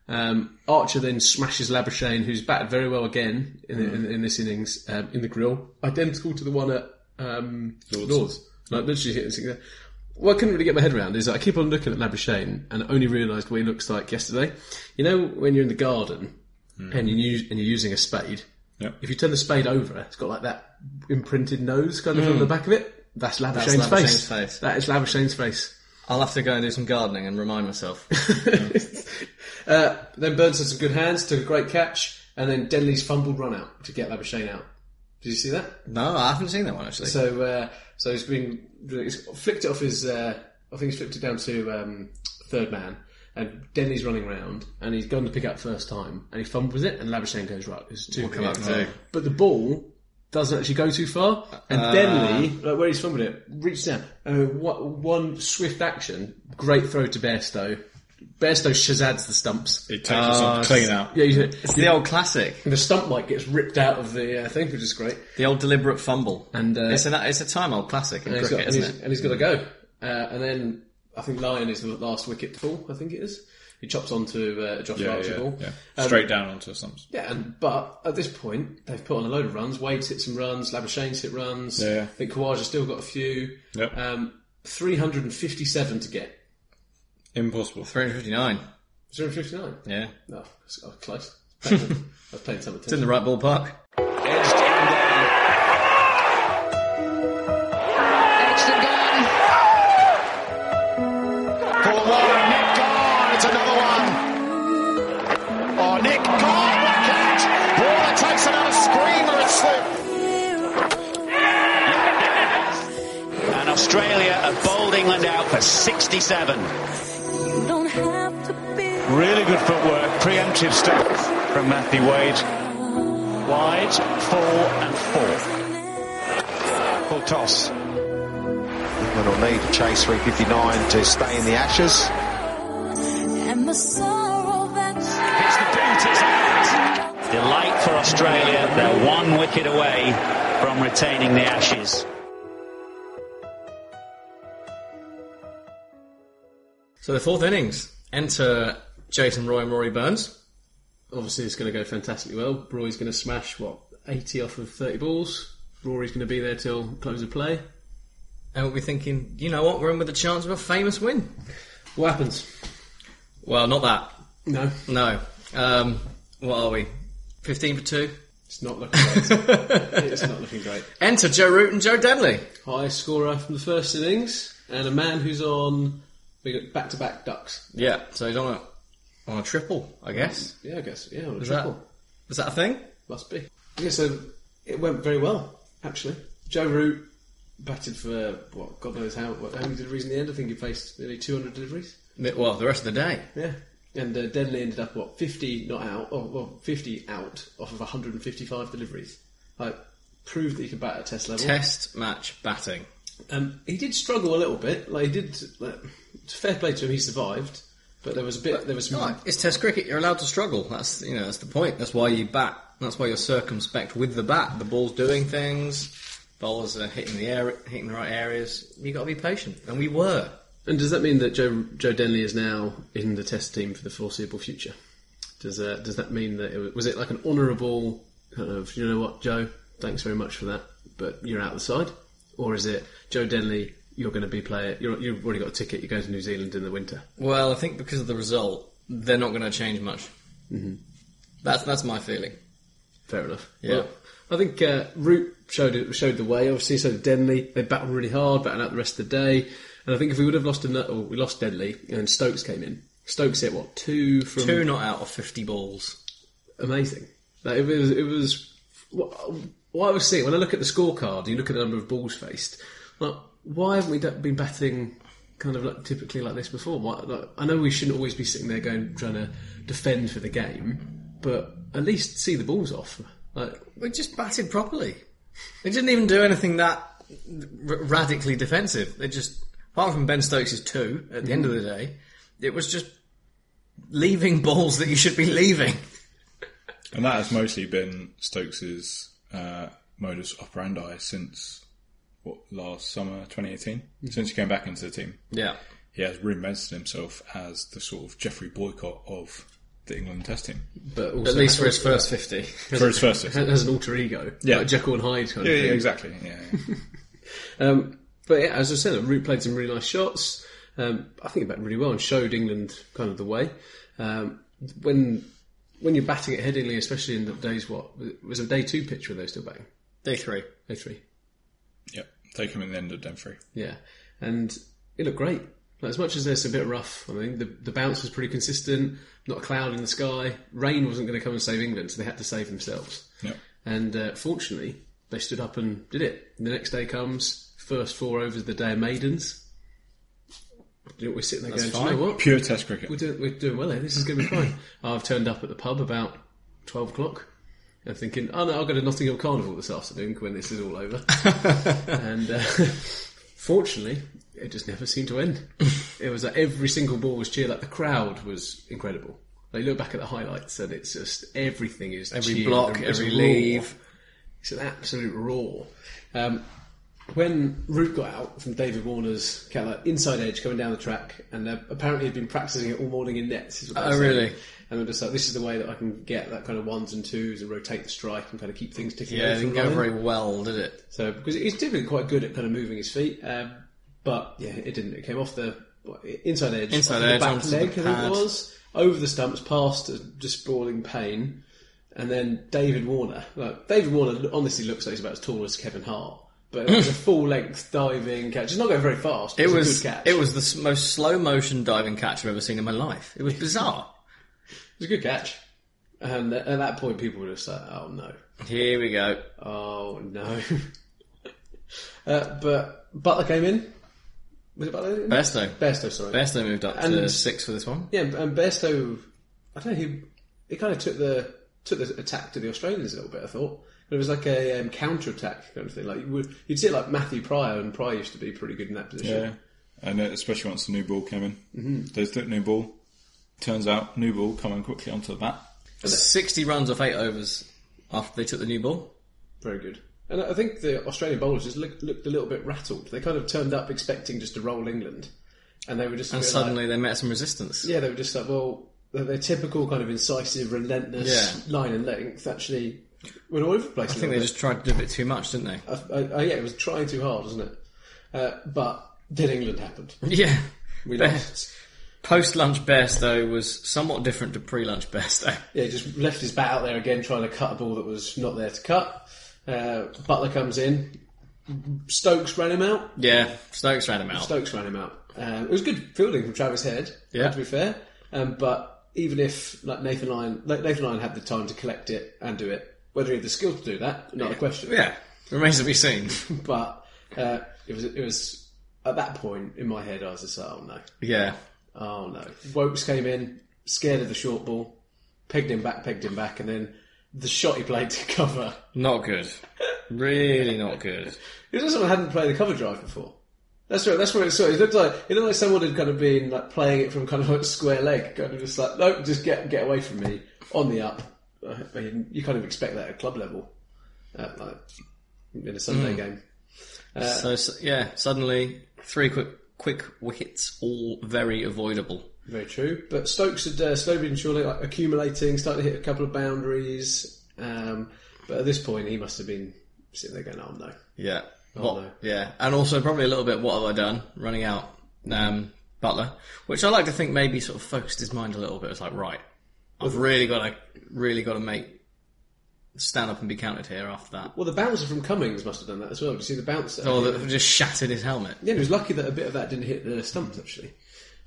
Speaker 4: Um, Archer then smashes Labuschagne, who's batted very well again in, in, in this innings um, in the grill, identical to the one at um, Lords. Like literally hitting six. What I couldn't really get my head around is that I keep on looking at Labuschagne and I only realised what he looks like yesterday. You know when you're in the garden and you use, and you're using a spade.
Speaker 6: Yep.
Speaker 4: If you turn the spade over, it's got like that imprinted nose kind of on the back of it. That's Labuschagne's face.
Speaker 5: Labuschagne's face.
Speaker 4: That is Labuschagne's face. [LAUGHS]
Speaker 5: I'll have to go and do some gardening and remind myself.
Speaker 4: Uh, then Burns had some good hands, took a great catch, and then Denley's fumbled run out to get Labuschagne out. Did you see that?
Speaker 5: no, I haven't seen that one actually.
Speaker 4: So, uh, so he's been he's flicked it off his. Uh, I think he's flicked it down to um, third man, and Denley's running round, and he's gone to pick up first time, and he fumbles it, and Labuschagne goes right. It's two
Speaker 5: come up
Speaker 4: big.
Speaker 5: to?
Speaker 4: But the ball doesn't actually go too far, and Denley, like where he's fumbled it, reached down, and what, one swift action, great throw to Bairstow. Bairstow shazads the stumps.
Speaker 6: It takes us on
Speaker 4: Ah,
Speaker 5: it's-
Speaker 6: clean out.
Speaker 4: Yeah, you
Speaker 5: it's the old classic,
Speaker 4: the stump like gets ripped out of the uh, thing, which is great.
Speaker 5: the old deliberate fumble,
Speaker 4: And, uh,
Speaker 5: it's a it's a time old classic in
Speaker 4: And he's
Speaker 5: cricket,
Speaker 4: got, and
Speaker 5: isn't
Speaker 4: he's,
Speaker 5: it?
Speaker 4: and he's got to go. Uh, and then I think Lyon is the last wicket to fall. I think it is. He chops onto uh, Josh
Speaker 6: Yeah,
Speaker 4: Archer
Speaker 6: yeah,
Speaker 4: ball.
Speaker 6: yeah.
Speaker 4: Um,
Speaker 6: Straight down onto the stumps.
Speaker 4: Yeah, and, but at this point they've put on a load of runs. Wade's hit some runs. Labuschagne's hit runs.
Speaker 6: Yeah, yeah.
Speaker 4: I think Kawaja's still got a few.
Speaker 6: Yep.
Speaker 4: Um, 357 to get.
Speaker 6: Impossible.
Speaker 5: 359.
Speaker 4: 359.
Speaker 5: Yeah,
Speaker 4: No, it's- oh, close. I was [LAUGHS] paying- I was playing some
Speaker 5: it's in
Speaker 4: attention.
Speaker 5: the right ballpark.
Speaker 8: Edged and gone. Edged and gone.
Speaker 3: For one, Nick Gone. It's another one. Oh, Nick Gone. What a catch. Warner takes another screamer and slip.
Speaker 8: And Australia have bowled England out for 67.
Speaker 9: don't have to be
Speaker 8: Really good footwork, preemptive stuff from Matthew Wade. Wide, full, and four. Full toss.
Speaker 3: England will need to chase 359 to stay in the ashes.
Speaker 9: and the sorrow that
Speaker 8: It's the boot, it's out. Delight for Australia. They're one wicket away from retaining the Ashes.
Speaker 5: So the fourth innings. Enter Jason Roy and Rory Burns.
Speaker 4: Obviously, it's going to go fantastically well. Roy's going to smash what 80 off of 30 balls. Rory's going to be there till close of play.
Speaker 5: And we'll be thinking, you know what, we're in with a chance of a famous win.
Speaker 4: What happens?
Speaker 5: Well, not that.
Speaker 4: No,
Speaker 5: No. Um, what are we? 15 for 2?
Speaker 4: it's not looking great. [LAUGHS] it's not looking great.
Speaker 5: [LAUGHS] Enter Joe Root and Joe Denley.
Speaker 4: Highest scorer from the first innings, and a man who's on we got back-to-back ducks.
Speaker 5: Yeah, so he's on a, on a triple, I guess.
Speaker 4: Yeah, I guess. Yeah, on a
Speaker 5: Is
Speaker 4: triple.
Speaker 5: that, is that a thing?
Speaker 4: Must be. Yeah, so it went very well actually. Joe Root batted for what God knows how what, how many deliveries in the end. I think he faced nearly 200 deliveries.
Speaker 5: Mi- Well, the rest of the day.
Speaker 4: Yeah. And uh, Denley ended up what 50 not out, or well 50 out off of 155 deliveries. Like proved that he could bat at test level.
Speaker 5: Test match batting.
Speaker 4: Um, he did struggle a little bit. Like he did. Like, it's fair play to him, he survived. But there was a bit. There was some.
Speaker 5: Right, it's Test cricket. You're allowed to struggle. That's you know that's the point. That's why you bat. That's why you're circumspect with the bat. The ball's doing things. Bowlers are hitting the air, hitting the right areas. You got to be patient, and we were.
Speaker 4: And does that mean that Joe Joe Denley is now in the Test team for the foreseeable future? Does uh, Does that mean that it was, was it like an honourable kind of you know what Joe? Thanks very much for that, but you're out the side. Or is it Joe Denley? You're going to be player. You're, you've already got a ticket. You're going to New Zealand in the winter.
Speaker 5: Well, I think because of the result, they're not going to change much. Mm-hmm. That's that's my feeling.
Speaker 4: Fair enough.
Speaker 5: Yeah.
Speaker 4: Well, I think uh, Root showed it, showed the way. Obviously, so did Denley. They battled really hard, battled out the rest of the day. And I think if we would have lost, another, or we lost Denley, and then Stokes came in. Stokes hit what two from
Speaker 5: Two not out of fifty balls.
Speaker 4: amazing. Like, it was it was what, what I was seeing when I look at the scorecard. and You look at the number of balls faced. Like, why haven't we d- been batting kind of like typically like this before? Why, like, I know we shouldn't always be sitting there going trying to defend for the game, but at least see the balls off. Like
Speaker 5: We just batted properly. They didn't even do anything that r- radically defensive. They just, apart from Ben Stokes' two at the end of the day, it was just leaving [LAUGHS] balls that you should be leaving.
Speaker 6: And that has mostly been Stokes's uh, modus operandi since what last summer, 2018,
Speaker 4: Mm-hmm.
Speaker 6: since he came back into the team.
Speaker 5: Yeah.
Speaker 6: He has reinvented himself as the sort of Jeffrey Boycott of the England Test team
Speaker 4: but also
Speaker 5: At least for his first 50. [LAUGHS]
Speaker 6: for his first.
Speaker 4: has an alter ego,
Speaker 6: Yeah.
Speaker 4: like Jekyll and Hyde kind
Speaker 6: Yeah,
Speaker 4: of
Speaker 6: yeah,
Speaker 4: [LAUGHS] thing.
Speaker 6: exactly. Yeah, yeah.
Speaker 4: Um, But yeah, as I said, Root played some really nice shots. Um, I think he batted really well and showed England kind of the way. Um, when when you're batting at Headingley, especially in the days what was it a day two pitch, were they still batting
Speaker 5: Day three.
Speaker 4: day three?
Speaker 6: Yep. Take him in the end of Denfrey.
Speaker 4: Yeah, and it looked great. Like, as much as there's a bit rough, I mean the the bounce was pretty consistent. Not a cloud in the sky. Rain wasn't going to come and save England, so they had to save themselves.
Speaker 6: Yep.
Speaker 4: And uh, fortunately, they stood up and did it. And the next day comes, first four overs of the day of maidens. You know, We're sitting there going, Do you know what?
Speaker 6: Pure Test cricket.
Speaker 4: We're doing, we're doing well here. This is going to be fine. [LAUGHS] I've turned up at the pub about 12 o'clock and thinking, oh no, I'll go to Nottingham Carnival this afternoon when this is all
Speaker 5: [LAUGHS]
Speaker 4: over. and uh, [LAUGHS] fortunately, it just never seemed to
Speaker 5: [LAUGHS]
Speaker 4: end. It was like every single ball was cheer. Like the crowd was incredible. They look back at the highlights and it's just everything is
Speaker 5: Every
Speaker 4: cheer.
Speaker 5: block,
Speaker 4: It's
Speaker 5: every
Speaker 4: raw.
Speaker 5: leave.
Speaker 4: It's an absolute roar. Um, when Root got out from David Warner's kind of like inside edge coming down the track, and uh, apparently he'd been practicing it all morning in nets. Is what they
Speaker 5: Oh,
Speaker 4: said.
Speaker 5: really?
Speaker 4: And I'm just like, this is the way that I can get that kind of ones and twos and rotate the strike and kind of keep things ticking.
Speaker 5: Yeah,
Speaker 4: over
Speaker 5: it didn't
Speaker 4: the
Speaker 5: go
Speaker 4: line.
Speaker 5: very well, did it?
Speaker 4: So because he's typically quite good at kind of moving his feet, um, but yeah, it didn't. It came off the what, inside edge,
Speaker 5: Inside
Speaker 4: off the
Speaker 5: edge,
Speaker 4: back
Speaker 5: onto the
Speaker 4: leg, I think it
Speaker 5: pad.
Speaker 4: was over the stumps, past a just sprawling pain, and then David Warner. Like, David Warner honestly looks like he's about as tall as Kevin Hart, but it
Speaker 5: [CLEARS THROAT]
Speaker 4: was a full length diving catch. It's not going very fast. But
Speaker 5: It
Speaker 4: it's
Speaker 5: was
Speaker 4: a good catch.
Speaker 5: it was the s- most slow motion diving catch I've ever seen in my life. It was bizarre.
Speaker 4: It was a good catch, and at that point people were just like, "Oh no,
Speaker 5: Here we go.
Speaker 4: oh no." [LAUGHS] uh, but Butler came in. Was it Butler?
Speaker 5: Besto.
Speaker 4: Besto, sorry.
Speaker 5: Besto moved up to
Speaker 4: And-
Speaker 5: six for this one.
Speaker 4: Yeah, and Bairstow, I don't know, he, he kind of took the took the attack to the Australians a little bit. I thought it was like a um, counter attack kind of thing. Like you would, you'd see it like Matthew Pryor, and Pryor used to be pretty good in that position.
Speaker 6: Yeah. And uh, especially once the new ball came in. Mm-hmm. They took new ball. Turns out, new ball coming quickly onto the bat.
Speaker 5: Sixty runs off eight overs after they took the new ball.
Speaker 4: Very good. And I think the Australian bowlers just look, looked a little bit rattled. They kind of turned up expecting just to roll England, and they were just a
Speaker 5: And
Speaker 4: bit
Speaker 5: suddenly
Speaker 4: like-
Speaker 5: they met some resistance.
Speaker 4: yeah, they were just like, well, they're, they're typical kind of incisive, relentless line and length. Actually, went all over the place.
Speaker 5: I think they just tried to do a bit too much, didn't they?
Speaker 4: I, I, I- yeah, it was trying too hard, wasn't it? Uh, but then England happened.
Speaker 5: [LAUGHS] Yeah. [LAUGHS]
Speaker 4: We lost.
Speaker 5: Post lunch Besto was somewhat different to pre lunch Besto.
Speaker 4: Yeah, he just left his bat out there again, trying to cut a ball that was not there to cut. Uh, Butler comes in. Stokes ran him out.
Speaker 5: Yeah, Stokes ran him out.
Speaker 4: Stokes ran him out. Um, it was good fielding from Travis Head.
Speaker 5: Yeah.
Speaker 4: to be fair. Um, but even if like Nathan Lyon, like, Nathan Lyon had the time to collect it and do it, whether he had the skill to do that, another question.
Speaker 5: Yeah, remains to be seen. [LAUGHS]
Speaker 4: But uh, it was it was at that point in my head, I was just like, oh no.
Speaker 5: yeah.
Speaker 4: Oh no. Wokes came in, scared of the short ball, pegged him back, pegged him back, and then the shot he played to cover.
Speaker 5: Not good. Really not good.
Speaker 4: It was like someone hadn't played the cover drive before. That's right. That's where it sort of it looked like. It looked like someone had kind of been like playing it from kind of like square leg, kind of just like, no, just get get away from me on the up. I mean, you kind of expect that at club level, uh, like in a Sunday game.
Speaker 5: So so yeah, suddenly three quick quick wickets, all very avoidable.
Speaker 4: Very true. But Stokes had uh, slowly and surely like, accumulating, starting to hit a couple of boundaries. Um, but at this point, he must have been sitting there going, "Oh no."
Speaker 5: Yeah. what,
Speaker 4: no.
Speaker 5: Yeah, and also probably a little bit. What have I done? Running out. Um, Butler, which I like to think maybe sort of focused his mind a little bit. It's like right, I've really got to really got to make stand up and be counted here after that.
Speaker 4: Well, the bouncer from Cummings must have done that as well. Did you see the bouncer?
Speaker 5: Oh, that just shattered his helmet.
Speaker 4: Yeah, it was lucky that a bit of that didn't hit the stumps actually,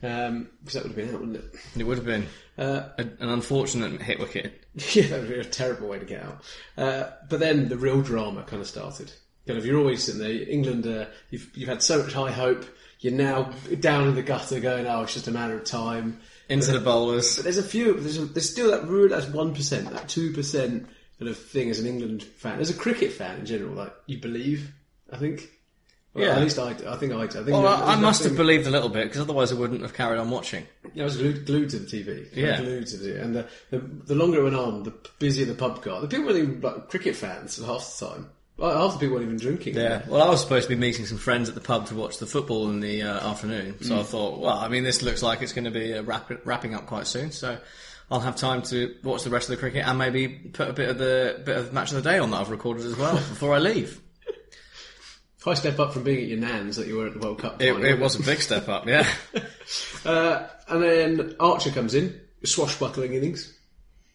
Speaker 4: because that would have been out, wouldn't it? [LAUGHS]
Speaker 5: It would have been
Speaker 4: Uh,
Speaker 5: a, an unfortunate hit wicket.
Speaker 4: yeah, that would be a terrible way to get out. Uh, but then the real drama kind of started. Kind of, you're always sitting there, England. Uh, you've you've had so much high hope. You're now down in the gutter, going, "Oh, it's just a matter of time."
Speaker 5: Into the
Speaker 4: [LAUGHS]
Speaker 5: bowlers.
Speaker 4: But there's a few. There's, a, there's still that rule. That's one percent. That two percent kind of thing as an England fan, as a cricket fan in general. Like you believe, I think. Well,
Speaker 5: Yeah.
Speaker 4: At least I. do. I think I. do. I think.
Speaker 5: Well,
Speaker 4: there-
Speaker 5: I, I
Speaker 4: there's
Speaker 5: must have
Speaker 4: nothing-
Speaker 5: believed a little bit because otherwise I wouldn't have carried on watching.
Speaker 4: Yeah, I was glued, glued to the TV.
Speaker 5: Yeah.
Speaker 4: Glued to the and the, the the longer it went on, the busier the pub got. The people weren't even like cricket fans half the time. Like, Half the people weren't even drinking.
Speaker 5: Yeah. Well, I was supposed to be meeting some friends at the pub to watch the football in the uh, afternoon, so I thought, well, I mean, this looks like it's going to be uh, wrap, wrapping up quite soon, so I'll have time to watch the rest of the cricket and maybe [LAUGHS] put a bit of the bit of match of the day on that I've recorded as well before I leave.
Speaker 4: High step up from being at your nan's that you were at the World Cup.
Speaker 5: It,
Speaker 4: final.
Speaker 5: it was a big step up, yeah.
Speaker 4: Uh, and then Archer comes in, swashbuckling innings.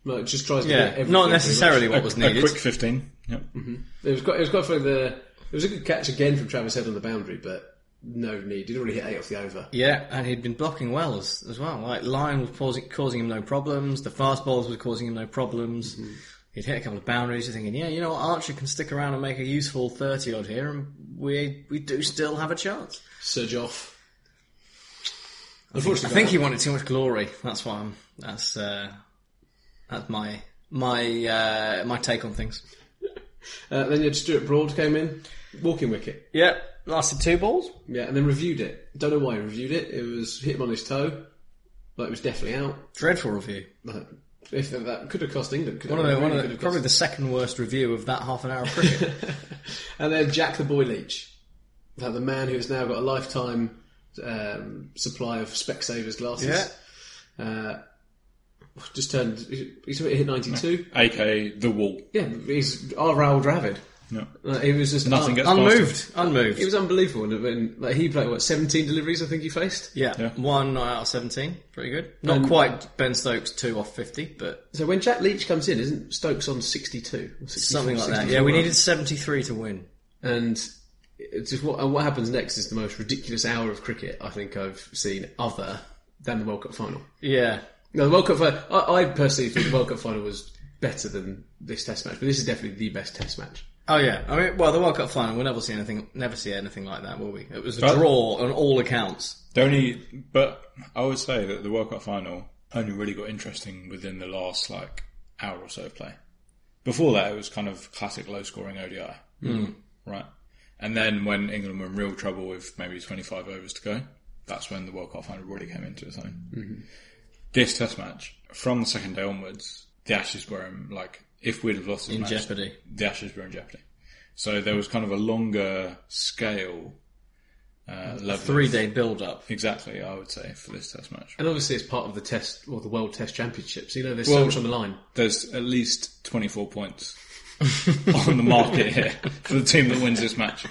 Speaker 4: No, it just
Speaker 5: [LAUGHS]
Speaker 4: tries to
Speaker 5: Yeah,
Speaker 4: get everything.
Speaker 5: not necessarily
Speaker 4: pretty
Speaker 5: what was
Speaker 6: A
Speaker 5: needed.
Speaker 6: quick 15. Yep.
Speaker 4: much. It was quite. It was quite for the. It was a good catch again from Travis Head on the boundary, but no need. He didn't really hit eight off the over.
Speaker 5: Yeah, and he'd been blocking well as, as well. Like Lyon was causing, causing him no problems. The fastballs were causing him no problems. He'd hit a couple of boundaries. You're thinking, yeah, you know what, Archer can stick around and make a useful thirty odd here, and we we do still have a chance.
Speaker 4: Surge off. Unfortunately,
Speaker 5: I think he wanted too much glory. That's why I'm. That's uh, that's my my uh, my take on things.
Speaker 4: uh, then you had Stuart Broad came in, walking wicket.
Speaker 5: Yeah, lasted two balls.
Speaker 4: Yeah, and then reviewed it. Don't know why he reviewed it. It was hit him on his toe, but it was definitely out.
Speaker 5: Dreadful review.
Speaker 4: Like, If that could have cost England, could
Speaker 5: One of
Speaker 4: have
Speaker 5: the, one
Speaker 4: really
Speaker 5: of
Speaker 4: could
Speaker 5: the,
Speaker 4: have
Speaker 5: probably
Speaker 4: cost-
Speaker 5: the second worst review of that half an hour of cricket.
Speaker 4: And then Jack the Boy Leach, like the man who has now got a lifetime um, supply of Specsavers glasses. Uh, just turned. He's already hit ninety two.
Speaker 6: AKA the wall.
Speaker 4: Yeah, he's our Raoul Dravid.
Speaker 6: No.
Speaker 4: Like, he was just
Speaker 6: Nothing gets past
Speaker 5: unmoved, unmoved.
Speaker 4: It was unbelievable. And, and, like, he played what seventeen deliveries, I think he faced.
Speaker 5: Yeah,
Speaker 6: Yeah.
Speaker 5: one not out of seventeen, pretty good. Not
Speaker 4: Um,
Speaker 5: quite Ben Stokes two off fifty, but
Speaker 4: So when Jack Leach comes in, isn't Stokes on sixty two?
Speaker 5: something like that. Yeah, we needed seventy three to win.
Speaker 4: and it's just what, and what happens next is the most ridiculous hour of cricket I think I've seen, other than the World Cup final.
Speaker 5: Yeah,
Speaker 4: No, the World Cup final. I, I personally think the World Cup final was better than this Test match, but this is definitely the best Test match.
Speaker 5: oh yeah. I mean, well, the World Cup final, we'll never see anything, never see anything like that, will we? It was a
Speaker 6: But-
Speaker 5: draw on all accounts.
Speaker 6: The only, but I would say that the World Cup final only really got interesting within the last like hour or so of play. Before that, it was kind of classic low scoring ODI,
Speaker 5: Hmm.
Speaker 6: right? And then when England were in real trouble with maybe 25 overs to go, that's when the World Cup final really came into its own.
Speaker 5: Mm-hmm.
Speaker 6: This Test match, from the second day onwards, the Ashes were in, like if we'd have lost this
Speaker 5: In
Speaker 6: match,
Speaker 5: jeopardy.
Speaker 6: the Ashes were in jeopardy. So there was kind of a longer scale. Uh, level of-
Speaker 5: Three day build up.
Speaker 6: Exactly, I would say for this test match.
Speaker 4: And obviously, it's part of the Test or the World Test Championships. You know, there's so
Speaker 6: Well-
Speaker 4: much on the line.
Speaker 6: There's at least 24 points [LAUGHS] on the market here for the team that wins this match.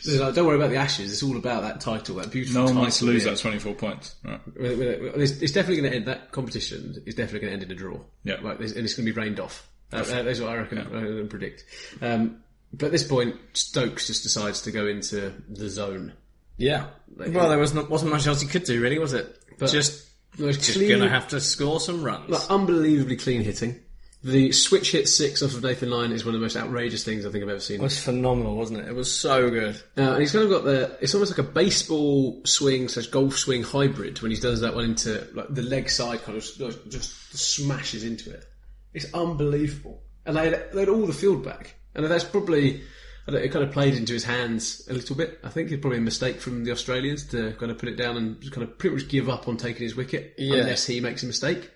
Speaker 4: So it's like, don't worry about the Ashes. It's all about that title, that beautiful
Speaker 6: No one
Speaker 4: title.
Speaker 6: wants to lose
Speaker 4: yeah.
Speaker 6: that 24 points. Right.
Speaker 4: With- with- with- It's, it's definitely going to end. That competition is definitely going to end in a draw.
Speaker 6: Yeah.
Speaker 4: Like, there's- and it's going to be rained off. Uh, That, that- that's what I reckon. I can predict. Um, but at this point, Stokes just decides to go into the zone.
Speaker 5: Yeah. well, there was not, wasn't much else you could do, really, was it? just just
Speaker 4: clean-
Speaker 5: gonna have to score some runs.
Speaker 4: Like, unbelievably clean hitting. The switch hit six off of Nathan Lyon is one of the most outrageous things I think I've ever seen.
Speaker 5: it was phenomenal, wasn't it? It was so good.
Speaker 4: Uh, and he's kind of got the. It's almost like a baseball swing slash golf swing hybrid when he does that one into like the leg side kind of just, just smashes into it. It's unbelievable. And they had, they had all the field back, and that's probably. I don't, it kind of played into his hands a little bit. I think it's probably a mistake from the Australians to kind of put it down and just kind of pretty much give up on taking his wicket
Speaker 5: Yeah.
Speaker 4: unless he makes a mistake.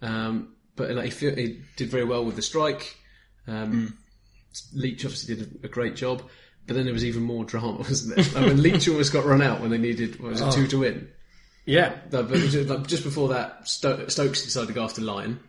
Speaker 4: Um, but like, he, fe- he did very well with the strike.
Speaker 5: Hmm.
Speaker 4: Um, Leach obviously did a, a great job, but then there was even more drama, [LAUGHS] wasn't there? Like when Leach almost got run out when they needed what was it two to win.
Speaker 5: Oh. Yeah.
Speaker 4: No, but it was just, like, just before that, Sto- Stokes decided to go after Lyon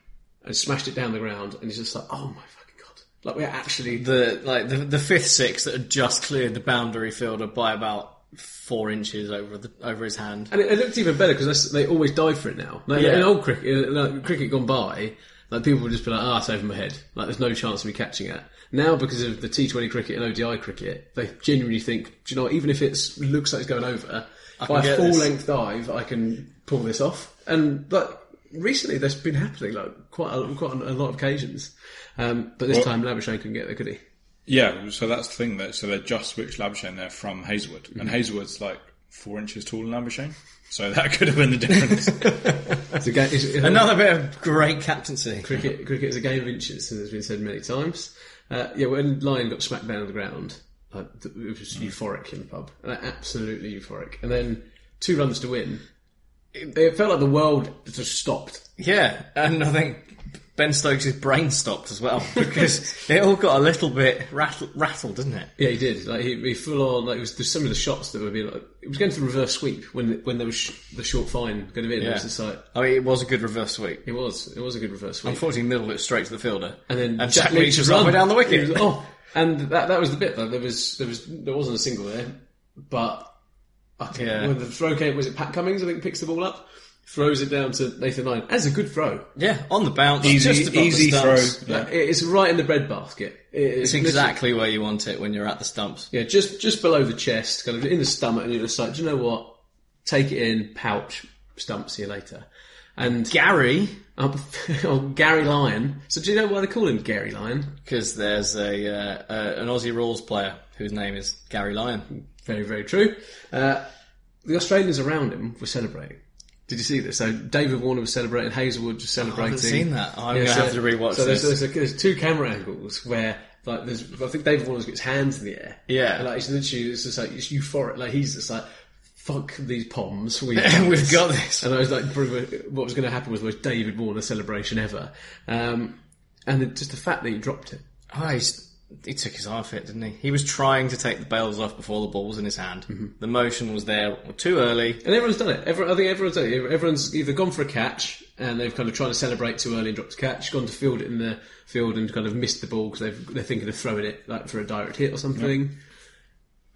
Speaker 4: and smashed it down the ground, and he's just like, "Oh my fucking god!" Like we're actually
Speaker 5: the like the, the fifth six that had just cleared the boundary fielder by about four inches over the over his hand.
Speaker 4: And it, it looked even better because they always dive for it now. Like,
Speaker 5: Yeah.
Speaker 4: In old cricket, like, cricket gone by, like people would just be like, "Ah, it's over my head." Like there's no chance of me catching it. Now, because of the T20 cricket and ODI cricket, they genuinely think, "Do you know what? Even if it looks like it's going over, by a
Speaker 5: get
Speaker 4: full
Speaker 5: this."
Speaker 4: length dive, I can pull this off." And like recently, that's been happening like quite a, quite a lot of occasions. Um, but this
Speaker 6: Well-
Speaker 4: time, Labuschagne couldn't get there,
Speaker 5: [LAUGHS]
Speaker 4: could he?
Speaker 6: Yeah, so that's the thing. That so they just switched Labuschagne there from Hazelwood, and Hazelwood's like four inches taller than Labuschagne, so that [LAUGHS] could have been the difference.
Speaker 4: It's a ga- it's- it's-
Speaker 5: Another bit of great captaincy.
Speaker 4: Cricket, cricket is a game of inches, as has been said many times. Uh, yeah, when Lyon got smacked down on the ground, like, th- it was euphoric in the pub. Like, absolutely euphoric. And then two runs to win. It, it felt like the world just stopped.
Speaker 5: Yeah, and I think Ben Stokes' brain stopped as well [LAUGHS] because it all got a little bit rattle, rattled, didn't it?
Speaker 4: Yeah, he did. Like he, he full on. Like it was there's some of the shots that would be like it was going to the reverse sweep when when there was sh- the short fine going to be. in. It was just like
Speaker 5: I mean, it was a good reverse sweep.
Speaker 4: it was. It was a good reverse sweep.
Speaker 5: Unfortunately, middled it straight to the fielder,
Speaker 4: And then
Speaker 5: and
Speaker 4: Jack
Speaker 5: Jack Leach
Speaker 4: Leach
Speaker 5: was
Speaker 4: run.
Speaker 5: halfway down the
Speaker 4: He
Speaker 5: wicket.
Speaker 4: was- oh, And that that was the bit though. There was there was there wasn't a single there, but I can't-
Speaker 5: Yeah.
Speaker 4: when the throw came, was it Pat Cummings? I think picks the ball up, throws it down to Nathan Lyon. That's a good throw.
Speaker 5: Yeah, on the bounce,
Speaker 6: Easy-
Speaker 5: just above
Speaker 6: easy
Speaker 5: the stumps.
Speaker 6: throw. Yeah.
Speaker 4: Like, it- It's right in the breadbasket. It-
Speaker 5: It's
Speaker 4: literally-
Speaker 5: exactly where you want it when you're at the stumps.
Speaker 4: Yeah, just just below the chest, kind of in the stomach, and you're just like, do you know what? Take it in, pouch, stump, see you later. And [LAUGHS]
Speaker 5: Gary,
Speaker 4: um, or Gary Lyon. So do you know why they call him Gary Lyon?
Speaker 5: because there's a uh, uh, an Aussie rules player whose name is Gary Lyon. [LAUGHS]
Speaker 4: Very, very true. Uh, the Australians around him were celebrating. Did you see this? So David Warner was celebrating, Hazelwood was celebrating.
Speaker 5: seen that. I'm gonna have to rewatch
Speaker 4: so there's-
Speaker 5: this.
Speaker 4: There's, there's two camera angles where. Like there's, I think David Warner's got his hands in the air.
Speaker 5: Yeah.
Speaker 4: and like it's literally it's just like it's euphoric. Like he's just like, "Fuck these poms,
Speaker 5: [LAUGHS]
Speaker 4: we
Speaker 5: We've got this.
Speaker 4: And I was like, "Bro, what was going to happen was the most David Warner celebration ever. Um, and the, just the fact that he dropped it.
Speaker 5: Oh, he's, he took his eye off it, didn't he? He was trying to take the bails off before the ball was in his hand. The motion was there too early.
Speaker 4: And everyone's done it. Everyone, I think everyone's done it. Everyone's either gone for a catch and they've kind of tried to celebrate too early and dropped a catch, gone to field it in the field and kind of missed the ball because they're thinking of throwing it like for a direct hit or something.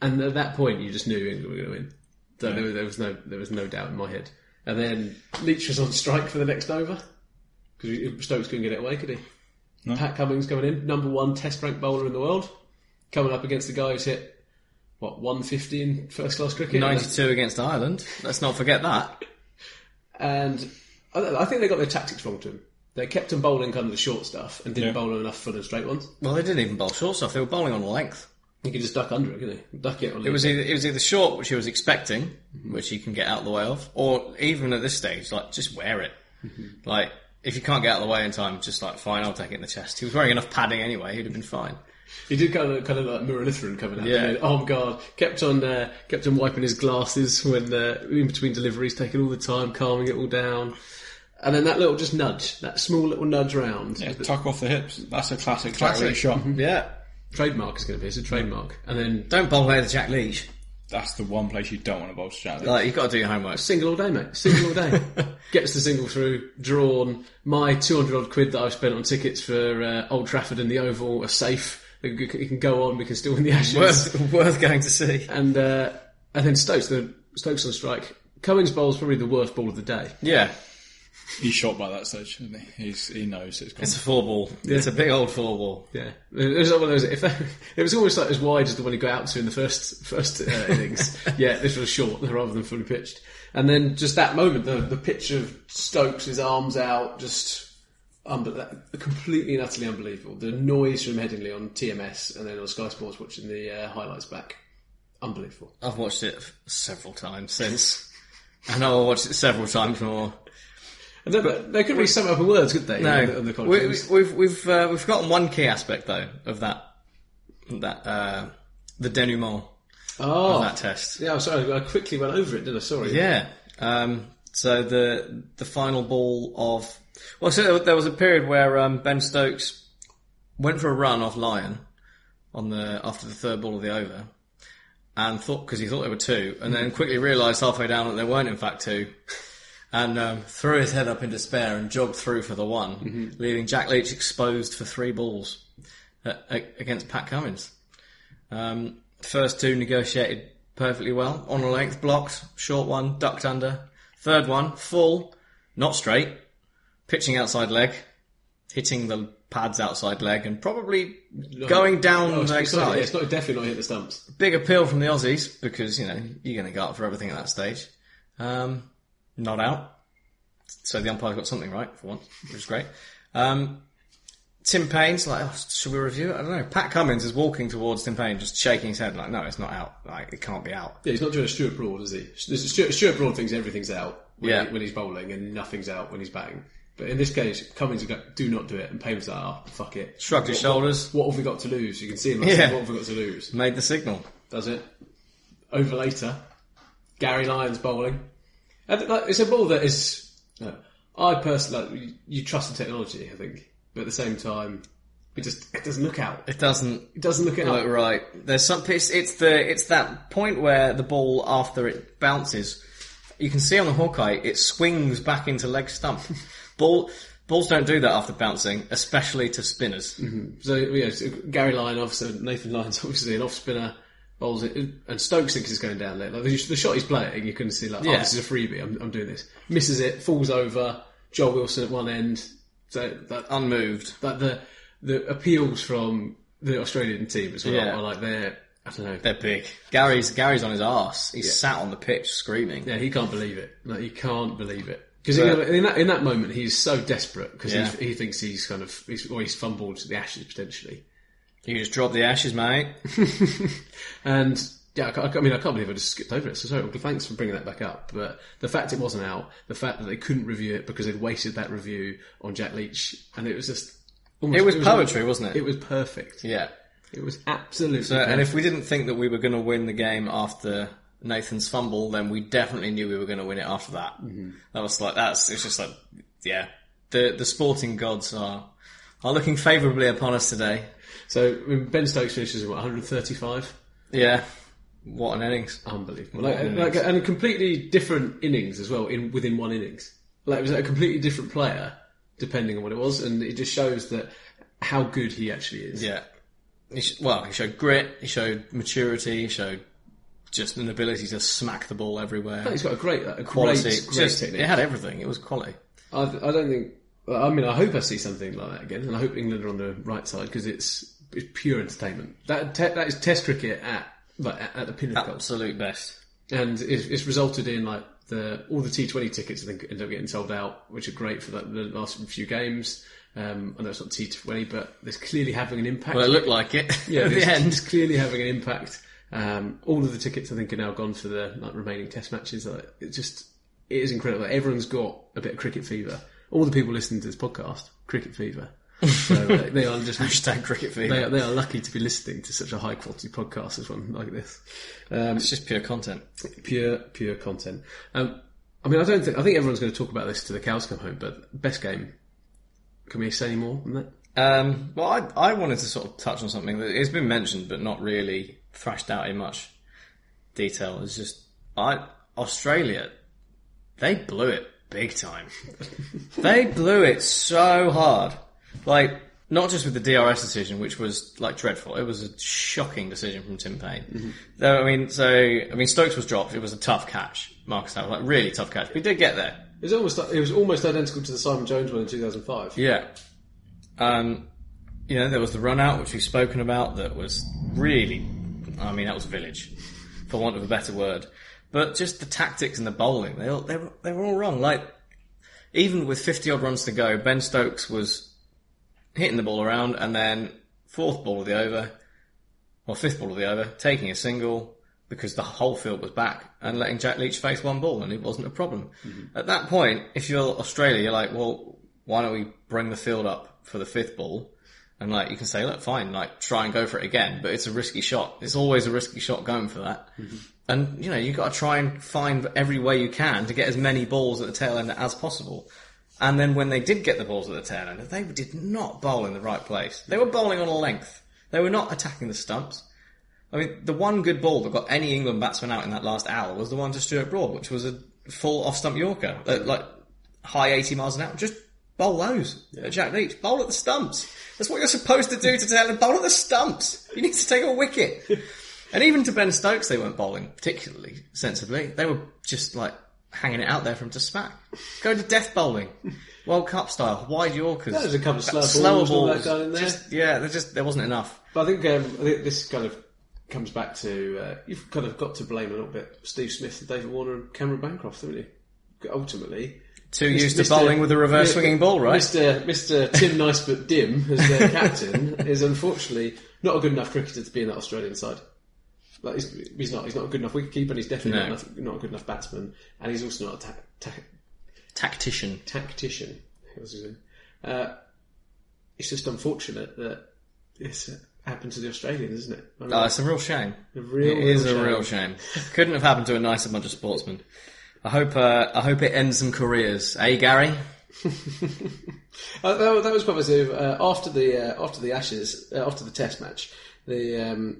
Speaker 4: And at that point, you just knew England were going to win. So there, was, there was no there was no doubt in my head. And then Leach was on strike for the next over because Stokes couldn't get it away, could he? Pat Cummings coming in, number one test ranked bowler in the world, coming up against the guy who's hit. What, 150 in first class cricket?
Speaker 5: 92 against Ireland. Let's not forget that.
Speaker 4: and I, don't know, I think they got their tactics wrong to him. They kept him bowling kind of the short stuff and didn't
Speaker 6: Yeah.
Speaker 4: bowl him enough full and straight ones.
Speaker 5: Well, they didn't even bowl short stuff. They were bowling on length.
Speaker 4: He could just duck under it, couldn't he? Duck it. Or
Speaker 5: It was either, it was either short, which he was expecting, which he can get out of the way of, or even at this stage, like just wear it. Like if you can't get out of the way in time, just like fine, I'll take it in the chest. He was wearing enough padding anyway; he'd have been fine.
Speaker 4: He did kind of kind of like Miralithirin coming out.
Speaker 5: Yeah.
Speaker 4: Yeah. Arm guard kept on uh, kept on wiping his glasses when uh, in between deliveries, taking all the time, calming it all down. And then that little just nudge, that small little nudge round,
Speaker 6: Yeah,
Speaker 4: with the-
Speaker 6: tuck off the hips. That's a classic, classic. Mm-hmm. shot.
Speaker 5: Yeah,
Speaker 4: trademark is going to be it's a trademark. And then
Speaker 5: don't bowl away the Jack Leach.
Speaker 6: That's the one place you don't want to bowl to Jack Leach.
Speaker 5: Like you've got to do your homework.
Speaker 4: single all day, mate. Single all day. Gets the single through, drawn. My 200 odd quid that I've spent on tickets for uh, Old Trafford and the Oval are safe. It c- it can go on, we can still win the Ashes.
Speaker 5: Worth, worth going to see.
Speaker 4: And uh, and then Stokes, the Stokes on strike. Cummings bowls probably the worst ball of the day.
Speaker 5: Yeah,
Speaker 6: He's shot by that stage, isn't he? He's, he knows it's gone.
Speaker 5: it's a four ball. It's a big old four ball.
Speaker 4: Yeah, it was like one of those. If [LAUGHS] that, it was almost like as wide as the one he got out to in the first first uh,
Speaker 5: [LAUGHS]
Speaker 4: innings. yeah, this was short rather than fully pitched. And then just that moment, the the pitch of Stokes, his arms out, just unbe- that, completely and utterly unbelievable. The noise from Headingley on TMS and then on Sky Sports watching the uh, highlights back, unbelievable.
Speaker 5: I've watched it f- several times since, and I'll watch it several times more.
Speaker 4: And they, but they couldn't really sum it up in words, could they?
Speaker 5: No,
Speaker 4: on the, on the
Speaker 5: we, we-
Speaker 4: conference?
Speaker 5: we've we've uh, we've forgotten one key aspect though of that that uh, the denouement
Speaker 4: oh,
Speaker 5: of that test.
Speaker 4: yeah. I'm sorry, I quickly went over it, didn't I? Sorry.
Speaker 5: Yeah. Um, so the the final ball of well, so there was a period where um, Ben Stokes went for a run off Lyon on the after the third ball of the over, and thought because he thought there were two, and then quickly realised halfway down that there weren't in fact two. And um, threw his head up in despair and jogged through for the one, leaving Jack Leach exposed for three balls uh, a- against Pat Cummins. Um, first two negotiated perfectly well. On a length, blocked. Short one, ducked under. Third one, full, not straight. Pitching outside leg, hitting the pads outside leg, and probably going down
Speaker 4: Oh, it's,
Speaker 5: leg
Speaker 4: it's not,
Speaker 5: side.
Speaker 4: yeah, it's not definitely not hit the stumps.
Speaker 5: Big appeal from the Aussies because you know you're going to go up for everything at that stage. Um, not out. So the umpire got something right for once, which is great. Um, Tim Payne's like, oh, should we review it? I don't know. Pat Cummins is walking towards Tim Payne, just shaking his head, like, no, it's not out. Like, it can't be out.
Speaker 4: Yeah, he's not doing a Stuart Broad, is he? Stuart, Stuart Broad thinks everything's out when,
Speaker 5: Yeah.
Speaker 4: he- when he's bowling and nothing's out when he's batting. But in this case, Cummings go, do not do it, and Payne's like, ah, fuck it.
Speaker 5: Shrugged his shoulders,
Speaker 4: What have we got to lose? You can see him like,
Speaker 5: Yeah.
Speaker 4: what have we got to lose?
Speaker 5: made the signal.
Speaker 4: Does it? Over later, Gary Lyons bowling. And, like, it's a ball that is. no, I personally, like, you, you trust the technology, I think, but at the same time, it just it doesn't look out.
Speaker 5: It doesn't
Speaker 4: It doesn't look out.
Speaker 5: look right. There's some. It's, it's the it's that point where the ball after
Speaker 4: [LAUGHS]
Speaker 5: it bounces, you can see on the Hawkeye it swings back into leg stump. ball Balls don't do that after bouncing, especially to spinners.
Speaker 4: So yeah, so Gary Lyon off, so Nathan Lyon's [LAUGHS] obviously an off spinner. Bowls it, uh, and Stokes thinks it's going down there. Like the, the shot he's playing, you can see like, oh,
Speaker 5: Yeah.
Speaker 4: this is a freebie. I'm, I'm doing this. Misses it, falls over. Joel Wilson at one end. So that
Speaker 5: Unmoved.
Speaker 4: that the the appeals from the Australian team as well
Speaker 5: Yeah.
Speaker 4: are like they're I don't know.
Speaker 5: They're big. Gary's Gary's on his ass. He's sat on the pitch screaming.
Speaker 4: yeah, he can't believe it. Like he can't believe it because
Speaker 5: But-
Speaker 4: in that in that moment he's so desperate because
Speaker 5: Yeah.
Speaker 4: he thinks he's kind of he's, or he's fumbled the ashes potentially.
Speaker 5: You just drop the
Speaker 4: [LAUGHS]
Speaker 5: ashes, mate.
Speaker 4: and yeah, I, ca- I mean, I can't believe I just skipped over it. So sorry, Uncle, thanks for bringing that back up. But the fact it wasn't out, the fact that they couldn't review it because they'd wasted that review on Jack Leach, and it was just. Almost,
Speaker 5: It was poetry, wasn't it?
Speaker 4: It was perfect.
Speaker 5: Yeah.
Speaker 4: It was absolutely.
Speaker 5: So, and if we didn't think that we were going to win the game after Nathan's fumble, then we definitely knew we were going to win it after that.
Speaker 4: Mm-hmm.
Speaker 5: That was like that's. It's just like yeah. The the sporting gods are are looking favourably upon us today.
Speaker 4: so I mean, Ben Stokes finishes at what, 135.
Speaker 5: Yeah. What an innings.
Speaker 4: Unbelievable. Like, like, and completely different innings as well in within one innings. Like it was a completely different player depending on what it was, and it just shows that how good he actually is.
Speaker 5: Yeah. He sh- well, he showed grit. He showed maturity. He showed just an ability to smack the ball everywhere.
Speaker 4: He's got a great, a
Speaker 5: quality.
Speaker 4: great, great
Speaker 5: just,
Speaker 4: technique.
Speaker 5: it had everything. It was quality.
Speaker 4: I, I don't think. well, I mean, I hope I see something like that again, and I hope England are on the right side because it's it's pure entertainment. That te- that is Test cricket at like, at, at the pinnacle,
Speaker 5: Absolute best.
Speaker 4: and it's, it's resulted in like the all the T Twenty tickets I think end up getting sold out, which are great for like, the last few games. Um, I know it's not T Twenty, but it's clearly having an impact.
Speaker 5: Well, it looked like it
Speaker 4: yeah,
Speaker 5: at [LAUGHS] the
Speaker 4: it's,
Speaker 5: end.
Speaker 4: it's clearly having an impact. Um, all of the tickets I think are now gone for the like, remaining Test matches. Like, it just it is incredible. Everyone's got a bit of cricket fever. All the people listening to this podcast, cricket fever. So [LAUGHS] uh, they are just
Speaker 5: Hashtag cricket fever.
Speaker 4: They are, they are lucky to be listening to such a high quality podcast as one like this. Um,
Speaker 5: It's just pure content.
Speaker 4: pure pure content. Um, I mean, I don't think I think everyone's going to talk about this till the cows come home. But best game. Can we say any more than that?
Speaker 5: Um, well, I, I wanted to sort of touch on something that it's been mentioned but not really thrashed out in much detail. It's just I Australia, they blew it big time. they blew it so hard, like not just with the DRS decision, which was like dreadful. It was a shocking decision from Tim Payne. Though I mean, so I mean, Stokes was dropped. It was a tough catch, Marcus. That was like really tough catch. But he did get there.
Speaker 4: It was almost it was almost identical to the Simon Jones one in two thousand five.
Speaker 5: Yeah. Um, you know, there was the run out, which we've spoken about, that was really, I mean, that was village, for want of a better word. But just the tactics and the bowling, they, all- they, were, they were all wrong. Like, even with 50 odd runs to go, Ben Stokes was hitting the ball around and then fourth ball of the over, or fifth ball of the over, taking a single because the whole field was back and letting Jack Leach face one ball and it wasn't a problem. At that point, if you're Australia, you're like, well, why don't we bring the field up for the fifth ball? And like, you can say, look, fine, like try and go for it again, but it's a risky shot. It's always a risky shot going for that. And you know, you've got to try and find every way you can to get as many balls at the tail end as possible. And then when they did get the balls at the tail end, they did not bowl in the right place. They were bowling on a length. They were not attacking the stumps. I mean, the one good ball that got any England batsman out in that last hour was the one to Stuart Broad, which was a full off stump Yorker, at, like high 80 miles an hour. Just bowl those at Jack Leach. Bowl at the stumps. That's what you're supposed to do to tell him, bowl at the stumps. You need to take a wicket.
Speaker 4: [LAUGHS]
Speaker 5: and even to Ben Stokes, they weren't bowling particularly sensibly. They were just like hanging it out there for him to smack. Go to death bowling. World Cup style, wide Yorkers.
Speaker 4: There's a couple of slow
Speaker 5: slower
Speaker 4: balls and all that
Speaker 5: balls.
Speaker 4: going in there.
Speaker 5: Just, yeah, there just there wasn't enough.
Speaker 4: But I think, um, I think this kind of comes back to uh, you've kind of got to blame a little bit Steve Smith, and David Warner, and Cameron Bancroft, haven't you? Ultimately,
Speaker 5: Too used to bowling with a reverse swinging ball, right?
Speaker 4: Mister Mister Tim Nice but Dim as
Speaker 5: [LAUGHS]
Speaker 4: their captain is unfortunately not a good enough cricketer to be in that Australian side. Like he's, he's not, he's not a good enough wicketkeeper, and he's definitely not,
Speaker 5: No.
Speaker 4: enough, not a good enough batsman, and he's also not a ta- ta-
Speaker 5: tactician.
Speaker 4: tactician. That was his name. Uh, it's just unfortunate that it's happened to the Australians, isn't it? I mean,
Speaker 5: Oh, it's a real shame.
Speaker 4: A real,
Speaker 5: it is
Speaker 4: real
Speaker 5: a
Speaker 4: shame.
Speaker 5: real shame. Couldn't have happened to a nicer bunch of sportsmen. I hope. Uh, I hope it ends some careers, eh, Gary?
Speaker 4: Uh, that, was- that was quite positive. Uh, after the uh, after the Ashes, uh, after the Test match, the um,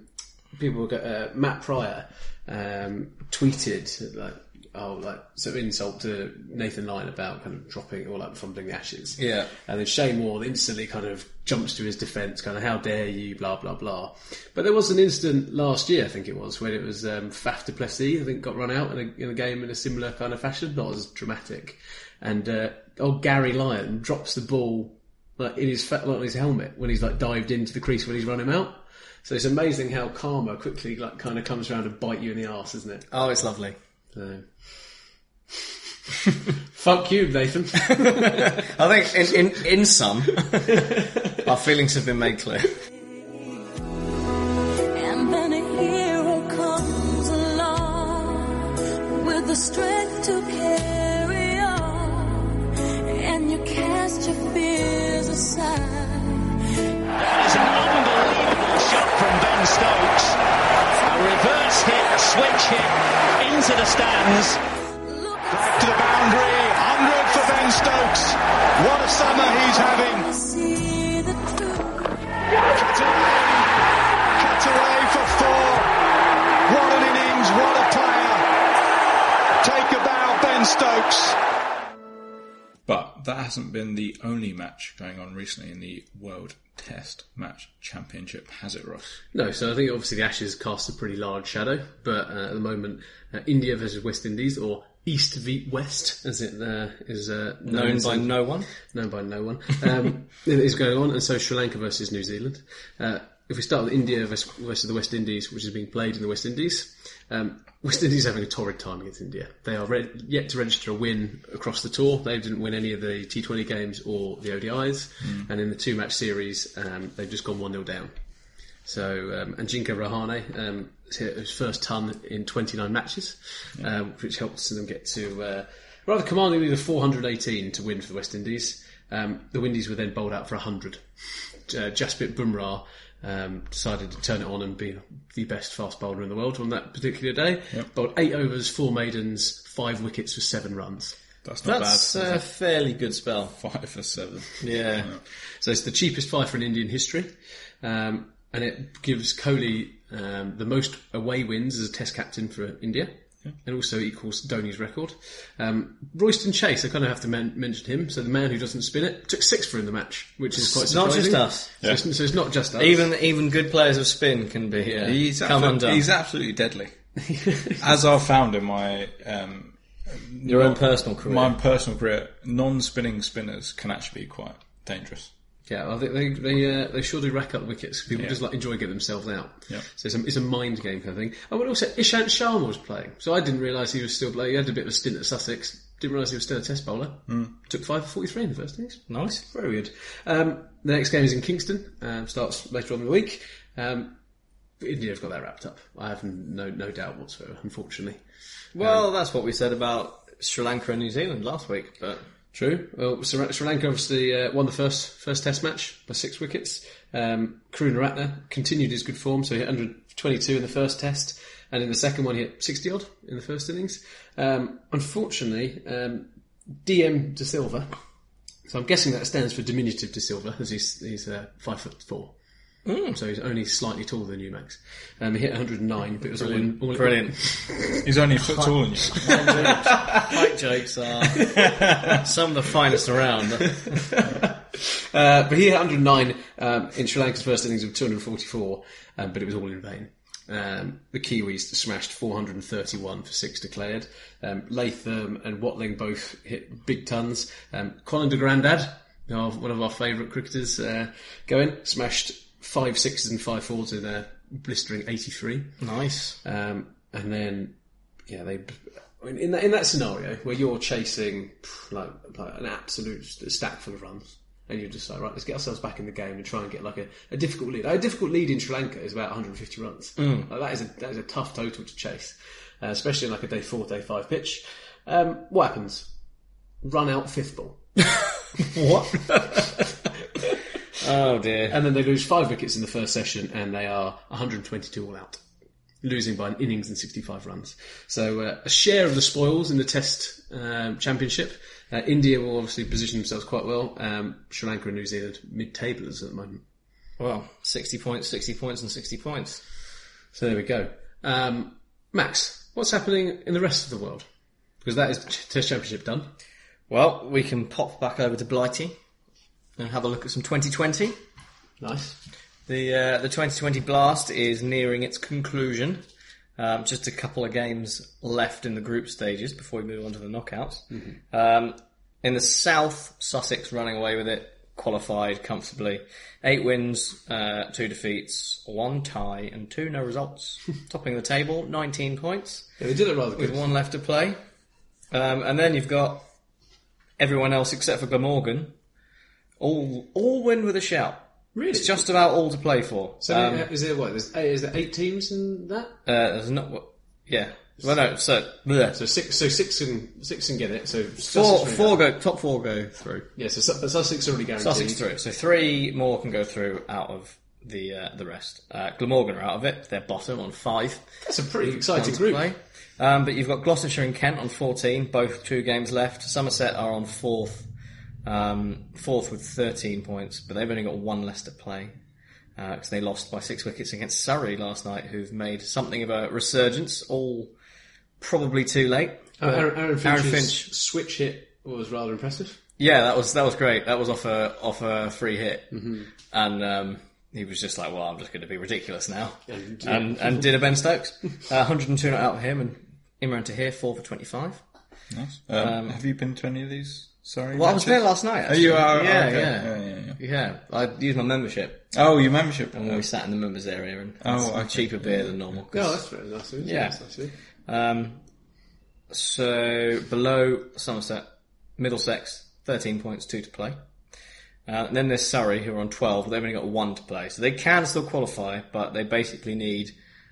Speaker 4: people got, uh, Matt Pryor um, tweeted like oh, like sort of insult to Nathan Lyon about kind of dropping or like funding the ashes.
Speaker 6: Yeah.
Speaker 4: And then Shane Warne instantly kind of jumps to his defence, kind of how dare you, blah blah blah. But there was an incident last year, I think it was, when it was um, Faf du Plessis, I think, got run out in a, in a game in a similar kind of fashion, not as dramatic. And uh, old Gary Lyon drops the ball like in his fa- like on his helmet when he's like dived into the crease when he's run him out. So it's amazing how karma quickly like kind of comes around and bite you in the arse, isn't it?
Speaker 5: Oh, it's lovely.
Speaker 4: So. [LAUGHS] Fuck you,
Speaker 5: [LAUGHS]
Speaker 4: Nathan.
Speaker 5: I think in in, in [LAUGHS] sum, our feelings have been made clear.
Speaker 9: And then a hero comes along with the strength to carry on, and you cast your fears aside.
Speaker 8: That is an unbelievable shot from Ben Stokes. A reverse hit, a switch hit into the stands.
Speaker 9: Look
Speaker 3: To the boundary, 100 for Ben Stokes. What a summer he's having.
Speaker 9: and see the truth.
Speaker 3: Cut away, cut away for four. What an innings, what a player. Take a bow, Ben Stokes.
Speaker 6: But that hasn't been the only match going on recently in the World Test Match Championship, has it, Ross?
Speaker 4: No, so I think obviously the Ashes cast a pretty large shadow, but uh, at the moment, uh, India versus West Indies or East v West, as it uh, is uh,
Speaker 5: Known by
Speaker 4: as-
Speaker 5: no one.
Speaker 4: known by no one, um, [LAUGHS] is going on, and so Sri Lanka versus New Zealand. Uh, if we start with India vers- versus the West Indies, which is being played in the West Indies, um, [LAUGHS] West Indies are having a torrid time against India. They are re- yet to register a win across the tour. They didn't win any of the T20 games or the ODIs, and in the two match series, um, they've just gone 1 0 down. So, um, and Jinka Rahane um, has hit his first ton in 29 matches, um, which helps them get to uh, rather commandingly to 418 to win for the West Indies. Um, the Windies were then bowled out for 100. Uh, Jasprit Bumrah um, decided to turn it on and be the best fast bowler in the world on that particular day. Bowled eight overs, four maidens, five wickets for seven runs.
Speaker 6: That's not
Speaker 5: That's
Speaker 6: bad.
Speaker 5: a fairly good spell.
Speaker 6: [LAUGHS] Five for seven.
Speaker 5: Yeah.
Speaker 4: So it's the cheapest five for in Indian history, um, and it gives Kohli um, the most away wins as a Test captain for India, and also equals Dhoni's record. Um, Royston Chase, I kind of have to men- mention him. So the man who doesn't spin it took six for in the match, which is quite
Speaker 5: It's not
Speaker 4: surprising.
Speaker 5: just us.
Speaker 4: So, it's, so it's not just us.
Speaker 5: Even even good players of spin can be uh,
Speaker 6: He's,
Speaker 5: come
Speaker 6: absolute-
Speaker 5: undone.
Speaker 6: he's
Speaker 5: [LAUGHS]
Speaker 6: absolutely deadly. As I've found in my um,
Speaker 5: Your own personal career.
Speaker 6: my personal career, non-spinning spinners can actually be quite dangerous.
Speaker 4: yeah, I think they they, uh, they sure do rack up wickets. People
Speaker 6: Yeah.
Speaker 4: just like enjoy getting themselves out.
Speaker 6: Yeah.
Speaker 4: So it's a, it's a mind game kind of thing. Oh, and also Ishant Sharma was playing, so I didn't realise he was still playing. He had a bit of a stint at Sussex. Didn't realise he was still a Test bowler.
Speaker 6: Hmm.
Speaker 4: Took five for forty-three in the first innings.
Speaker 5: nice.
Speaker 4: Very weird. Um, the next game is in Kingston. Um, starts later on in the week. Um, India have got that wrapped up. I have no no doubt whatsoever. Unfortunately,
Speaker 5: Well, that's what we said about Sri Lanka and New Zealand last week, but
Speaker 4: True. Well, Sri, Sri Lanka obviously uh, won the first first Test match by six wickets. Um, Karunaratne continued his good form, so he hit 122 in the first Test, and in the second one he hit 60 odd in the first innings. Um, unfortunately, um, DM De Silva. So I'm guessing that stands for diminutive De Silva, as he's he's uh, five foot four. So he's only slightly taller than you, Max. Um, he hit 109, but it was all in. All in-
Speaker 5: brilliant.
Speaker 6: He's only a foot taller than you.
Speaker 5: Fight jokes are [LAUGHS] some of the finest around.
Speaker 4: Uh, but he hit 109 um, in Sri Lanka's first innings of 244, um, but it was all in vain. Um, the Kiwis smashed 431 for six declared. Um, Latham and Watling both hit big tons. Um, Colin de Grandad, our, one of our favourite cricketers, uh, going smashed five sixes and five fours in a blistering 83.
Speaker 5: Nice.
Speaker 4: Um, and then, yeah, they. I mean, in that in that scenario where you're chasing pff, like, like an absolute st- stack full of runs, and you're just like, right, let's get ourselves back in the game and try and get like a, a difficult lead. A difficult lead in Sri Lanka is about 150 runs. Like, that is a that is a tough total to chase, uh, especially in like a day four, day five pitch. Um, what happens? Run out fifth ball,
Speaker 5: Oh dear.
Speaker 4: and then they lose five wickets in the first session, and they are 122 all out. losing by an innings and 65 runs. So uh, a share of the spoils in the Test um, Championship. Uh, India will obviously position themselves quite well. Um, Sri Lanka and New Zealand mid-tablers at the moment.
Speaker 5: Well, 60 points, 60 points, and 60 points.
Speaker 4: So there we go. Um, Max, what's happening in the rest of the world? Because that is ch- Test Championship done.
Speaker 5: Well, we can pop back over to Blighty and have a look at some 2020.
Speaker 4: Nice.
Speaker 5: The uh, the 2020 Blast is nearing its conclusion. Um, just a couple of games left in the group stages before we move on to the knockouts. Um, in the South, Sussex running away with it, qualified comfortably. Eight wins, uh, two defeats, one tie, and two no results. Topping the table, 19 points
Speaker 4: Yeah, they did it rather
Speaker 5: with
Speaker 4: good.
Speaker 5: one left to play. Um, and then you've got everyone else except for Glamorgan. All all win with a shout.
Speaker 4: Really?
Speaker 5: It's just about all to play for.
Speaker 4: So
Speaker 5: Um,
Speaker 4: uh, is there what? There's eight, is there eight teams in that?
Speaker 5: uh, there's not what. Yeah. Well, no. So, bleh.
Speaker 4: So six. So six and six can get it. So
Speaker 5: four,
Speaker 4: Sussex
Speaker 5: four
Speaker 4: already-
Speaker 5: go top four go through.
Speaker 4: Yeah. So Su- Sussex already guaranteed.
Speaker 5: Sussex through. So three more can go through out of the uh, the rest. Uh, Glamorgan are out of it. They're bottom on five.
Speaker 4: That's a pretty
Speaker 5: down
Speaker 4: exciting
Speaker 5: to
Speaker 4: group.
Speaker 5: play. Um, but you've got Gloucestershire and Kent on 14, both two games left. Somerset are on fourth, um, fourth with 13 points, but they've only got one less to play because they lost by six wickets against Surrey last night, who've made something of a resurgence, all probably too late.
Speaker 4: Uh, Aaron, Aaron,
Speaker 5: Aaron
Speaker 4: Finch's
Speaker 5: Finch.
Speaker 4: switch hit was rather impressive.
Speaker 5: Yeah, that was that was great. That was off a off a free hit,
Speaker 6: Mm-hmm.
Speaker 5: and um, he was just like, "Well, I'm just going to be ridiculous now," and [LAUGHS] and, did a Ben Stokes, uh, 102 not out of him, and Imran Tahir four for 25.
Speaker 6: Nice. Um, have you been to any of these? Sorry.
Speaker 5: Well, I was there last night.
Speaker 6: Oh,
Speaker 5: Actually.
Speaker 6: you are.
Speaker 5: Yeah,
Speaker 6: okay.
Speaker 5: yeah,
Speaker 6: yeah, yeah, yeah.
Speaker 5: yeah. I used my membership,
Speaker 6: Oh, your membership.
Speaker 5: and we sat in the members area and had
Speaker 6: Oh,
Speaker 5: some
Speaker 6: okay.
Speaker 5: cheaper beer than normal. 'cause-
Speaker 4: Oh, that's very nice. of him.
Speaker 5: Yeah.
Speaker 4: That's nice of him.
Speaker 5: Um, so below Somerset, Middlesex, 13 points, two to play. Uh, and then there's Surrey, who are on 12, but they've only got one to play. So they can still qualify, but they basically need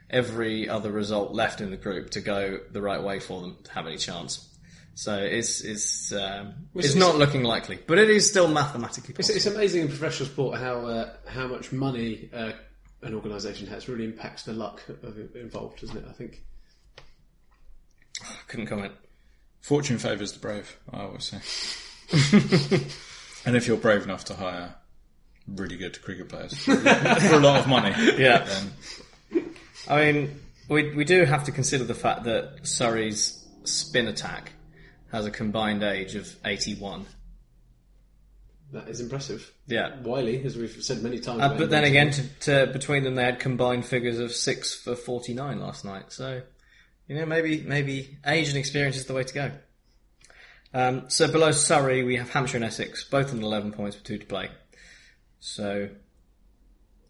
Speaker 5: every other result left in the group to go the right way for them to have any chance. So it's it's um, it's
Speaker 4: is-
Speaker 5: not looking likely, but it is still mathematically
Speaker 4: It's,
Speaker 5: possible.
Speaker 4: it's amazing in professional sport how uh, how much money uh, an organisation has really impacts the luck of involved, doesn't it? I think.
Speaker 5: I couldn't comment.
Speaker 6: Fortune favours the brave, I always say. and if you're brave enough to hire really good cricket players for a lot of money,
Speaker 5: Yeah.
Speaker 6: then
Speaker 5: I mean, we we do have to consider the fact that Surrey's spin attack has a combined age of 81.
Speaker 4: That is impressive.
Speaker 5: Yeah.
Speaker 4: Wiley, as we've said many times.
Speaker 5: Uh, but then again, to, to, between them, they had combined figures of six for 49 last night. So, you know, maybe maybe age and experience is the way to go. Um, so below Surrey, we have Hampshire and Essex, both on 11 points with two to play. So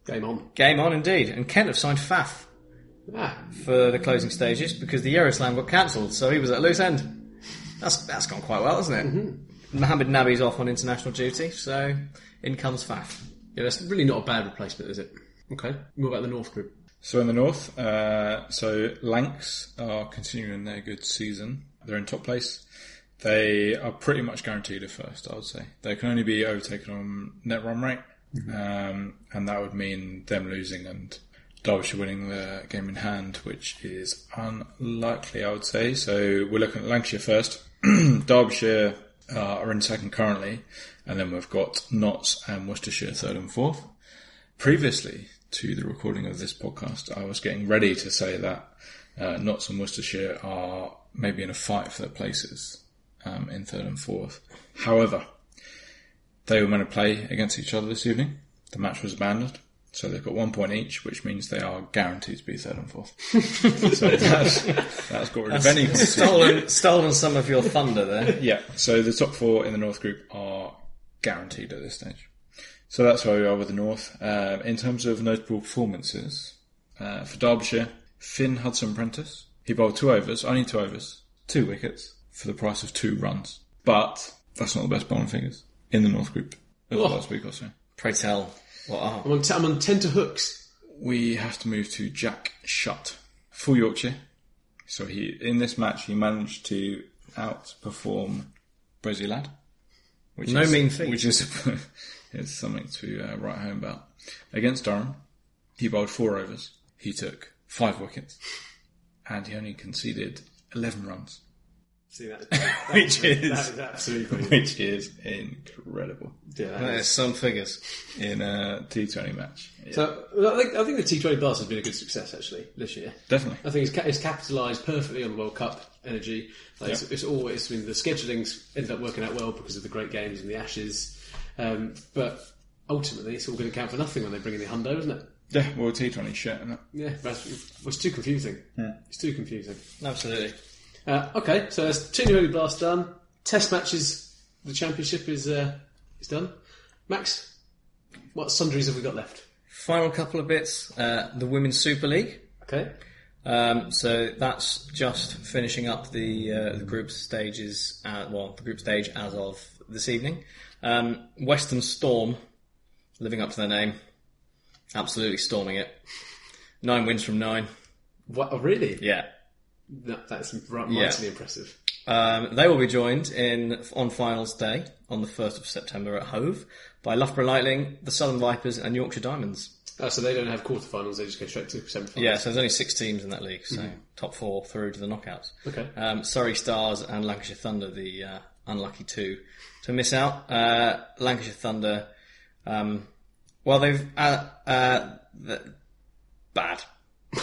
Speaker 4: game on.
Speaker 5: game on indeed. And Kent have signed Faf
Speaker 4: Ah,
Speaker 5: for the closing stages because the Euroslam got cancelled, so he was at a loose end. That's that's gone quite well, hasn't it? Mohammed Nabi's off on international duty, so in comes Faf.
Speaker 4: yeah, that's really not a bad replacement, is it? Okay. What about the North Group?
Speaker 6: So in the north, uh, so Lancs are continuing their good season. They're in top place. They are pretty much guaranteed a first, I would say. They can only be overtaken on net run rate, um, and that would mean them losing and Derbyshire winning the game in hand, which is unlikely, I would say. So we're looking at Lancashire first. [CLEARS THROAT] Derbyshire uh, are in second currently, and then we've got Notts and Worcestershire third and fourth previously to the recording of this podcast, I was getting ready to say that uh, Notts and Worcestershire are maybe in a fight for their places um, in third and fourth. However, they were meant to play against each other this evening. The match was abandoned, so they've got one point each, which means they are guaranteed to be third and fourth. so that's, that's got rid
Speaker 5: [LAUGHS]
Speaker 6: of any competition.
Speaker 5: Stolen stolen some of your thunder there. [LAUGHS]
Speaker 6: Yeah, so the top four in the North group are guaranteed at this stage. So that's where we are with the North. Um, in terms of notable performances, uh, for Derbyshire, Finn Hudson Prentice. He bowled two overs, only two overs, two wickets for the price of two runs. But that's not the best bowling figures in the North group of the last week or so.
Speaker 5: Pray tell, what are?
Speaker 4: I'm on, t- I'm on tenter
Speaker 5: [LAUGHS]
Speaker 4: hooks.
Speaker 6: We have to move to Jack Shutt for Yorkshire. So he in this match he managed to outperform Brezzy Lad. Which
Speaker 5: No
Speaker 6: is,
Speaker 5: mean feat.
Speaker 6: Which is [LAUGHS] it's something to uh, write home about. Against Durham, he bowled four overs. He took five wickets, and he only conceded eleven runs.
Speaker 4: See that? that
Speaker 6: [LAUGHS] Which [LAUGHS]
Speaker 4: that
Speaker 6: is-
Speaker 4: is
Speaker 5: [LAUGHS]
Speaker 4: absolutely brilliant.
Speaker 6: which is incredible.
Speaker 4: Yeah, that
Speaker 5: There's
Speaker 4: is.
Speaker 5: some figures.
Speaker 6: In a T20 match. Yeah,
Speaker 4: So well, Uh, I think, I think the T20 Plus has been a good success actually this year.
Speaker 6: definitely.
Speaker 4: I think it's, ca- it's capitalised perfectly on World Cup energy. Like it's,
Speaker 6: Yeah.
Speaker 4: it's always I mean, the scheduling's ended up working out well because of the great games and the Ashes, um, but ultimately it's all going to count for nothing when they bring in the Hundo, isn't it?
Speaker 6: Yeah, well, T20 shit. isn't it?
Speaker 4: Yeah, that's, it's too confusing. It's too confusing.
Speaker 5: Absolutely.
Speaker 4: Uh, okay, so that's two new early blasts done. Test matches, the championship is uh, is done. Max, what sundries have we got left?
Speaker 5: Final couple of bits. Uh, the Women's Super League.
Speaker 4: Okay,
Speaker 5: Um, so that's just finishing up the, uh, the group stages. Uh, well, the group stage as of this evening. Um, Western Storm, living up to their name, absolutely storming it. Nine wins from nine.
Speaker 4: what? Oh, really?
Speaker 5: Yeah.
Speaker 4: No, that's right,
Speaker 5: Yeah.
Speaker 4: mightily impressive.
Speaker 5: Um, they will be joined in on finals day on the first of September at Hove by Loughborough Lightning, the Southern Vipers, and Yorkshire Diamonds.
Speaker 4: Oh, so they don't have quarterfinals; they just go straight to semi-finals.
Speaker 5: Yeah, so there's only six teams in that league, so top four through to the knockouts.
Speaker 4: Okay.
Speaker 5: Um, Surrey Stars and Lancashire Thunder, the uh, unlucky two to miss out. Uh, Lancashire Thunder, um, well, they've uh, uh, th- bad, [LAUGHS]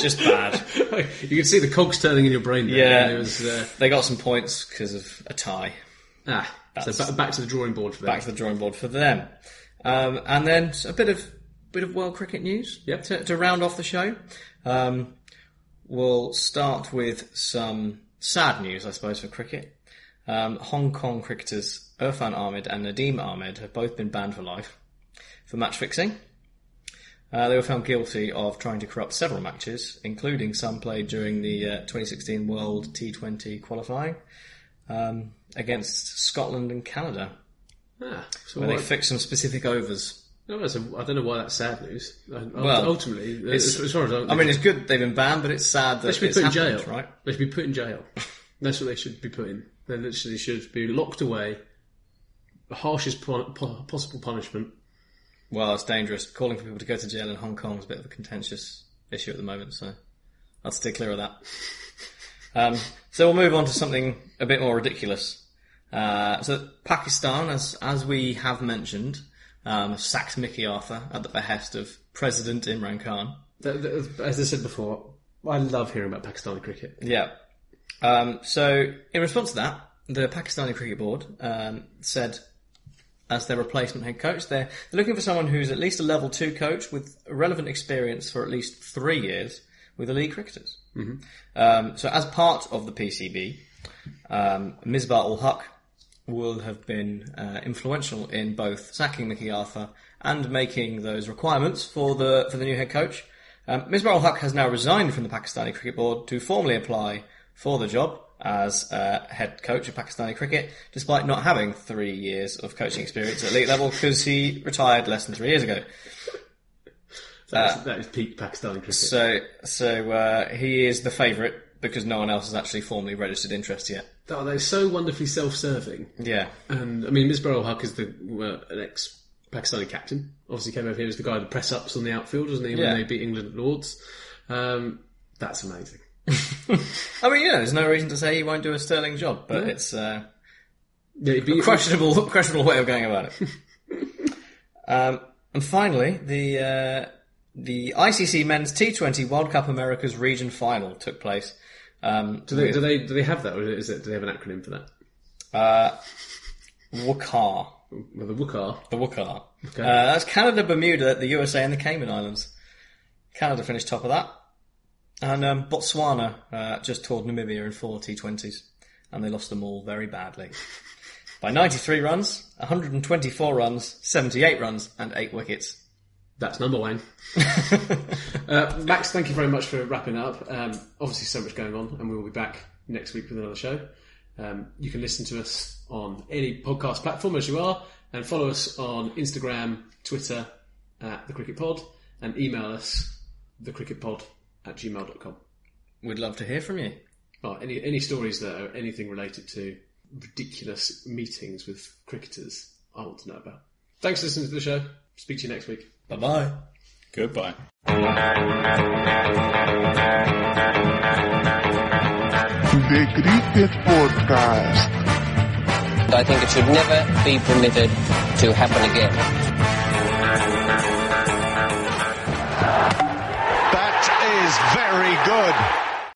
Speaker 5: just bad.
Speaker 4: [LAUGHS] you can see the cogs turning in your brain. There.
Speaker 5: Yeah.
Speaker 4: it was uh,
Speaker 5: They got some points because of a tie.
Speaker 4: ah. so ba- back to the drawing board for them.
Speaker 5: Back to the drawing board for them. Um, and then a bit of bit of world cricket news.
Speaker 4: Yep.
Speaker 5: To, to round off the show, um, we'll start with some sad news, I suppose, for cricket. Um, Hong Kong cricketers Irfan Ahmed and Nadeem Ahmed have both been banned for life for match fixing. Uh, they were found guilty of trying to corrupt several matches, including some played during the uh, 2016 World T20 qualifying um, against Scotland and Canada.
Speaker 4: Ah, so
Speaker 5: Where
Speaker 4: why-
Speaker 5: they fix some specific overs.
Speaker 4: no, that's a- I don't know why that's sad news. Well,
Speaker 5: Well,
Speaker 4: ultimately,
Speaker 5: it's-
Speaker 4: it's, as far as I,
Speaker 5: I mean, it's good they've been banned, but it's sad that
Speaker 4: they
Speaker 5: it's
Speaker 4: should be put in
Speaker 5: happened,
Speaker 4: jail,
Speaker 5: right?
Speaker 4: They should be put in [LAUGHS] jail. That's what they should be put in. They literally should be locked away. The harshest po- po- possible punishment.
Speaker 5: Well, it's dangerous. Calling for people to go to jail in Hong Kong is a bit of a contentious issue at the moment, so I'll steer clear of that. um, so we'll move on to something a bit more ridiculous. Uh, so Pakistan, as as we have mentioned, um, sacked Mickey Arthur at the behest of President Imran Khan.
Speaker 4: That- that- as I said before, I love hearing about Pakistani cricket.
Speaker 5: Yeah. Um, so, in response to that, the Pakistani Cricket Board um, said, as their replacement head coach, they're, they're looking for someone who's at least a level two coach with relevant experience for at least three years with elite cricketers. Um, so, as part of the PCB, um, Misbah ul Haq will have been uh, influential in both sacking Mickey Arthur and making those requirements for the for the new head coach. Um, Ms. Barrel Huck has now resigned from the Pakistani Cricket Board to formally apply for the job as uh, head coach of Pakistani cricket, despite not having three years of coaching experience at elite level because he retired less than three years ago.
Speaker 4: That, is, that is peak Pakistani cricket.
Speaker 5: So, so uh, he is the favourite because no one else has actually formally registered interest yet.
Speaker 4: Oh, they're so wonderfully self-serving.
Speaker 5: Yeah, [LAUGHS]
Speaker 4: And I mean, Misbah Haq is the uh, an ex Pakistani captain. Obviously, came over here as the guy with the press ups on the outfield, wasn't he?
Speaker 5: Yeah.
Speaker 4: When they beat England at Lords, um, that's amazing.
Speaker 5: I mean, yeah, there's no reason to say he won't do a sterling job, but it's. Uh,
Speaker 4: Yeah, he beat
Speaker 5: [LAUGHS] questionable questionable way of going about it. [LAUGHS] um, and finally, the uh, the ICC Men's T20 World Cup Americas Region Final took place. Um,
Speaker 4: Do they, do they do they have that, or is it do they have an acronym for that?
Speaker 5: uh, WCAR,
Speaker 4: Well, the WCAR.
Speaker 5: the WCAR.
Speaker 4: Okay.
Speaker 5: Uh, that's Canada, Bermuda, the USA, and the Cayman Islands. Canada finished top of that, and um, Botswana uh, just toured Namibia in four T20s, and they lost them all very badly. [LAUGHS] By 93 runs, 124 runs, 78 runs, and 8 wickets.
Speaker 4: That's number one. uh, Max, thank you very much for wrapping up. Um, obviously, so much going on, and we will be back next week with another show. Um, you can listen to us on any podcast platform as you are, and follow us on Instagram, Twitter, at The Cricket Pod, and email us, thecricketpod at gmail.com.
Speaker 5: [LAUGHS] We'd love to hear from you.
Speaker 4: Well, any, any stories that are anything related to ridiculous meetings with cricketers, I want to know about. Thanks for listening to the show. Speak to you next week.
Speaker 5: Bye bye.
Speaker 6: Goodbye.
Speaker 1: To The Cricket Podcast.
Speaker 2: I think it should never be permitted to happen again.
Speaker 3: That is very good.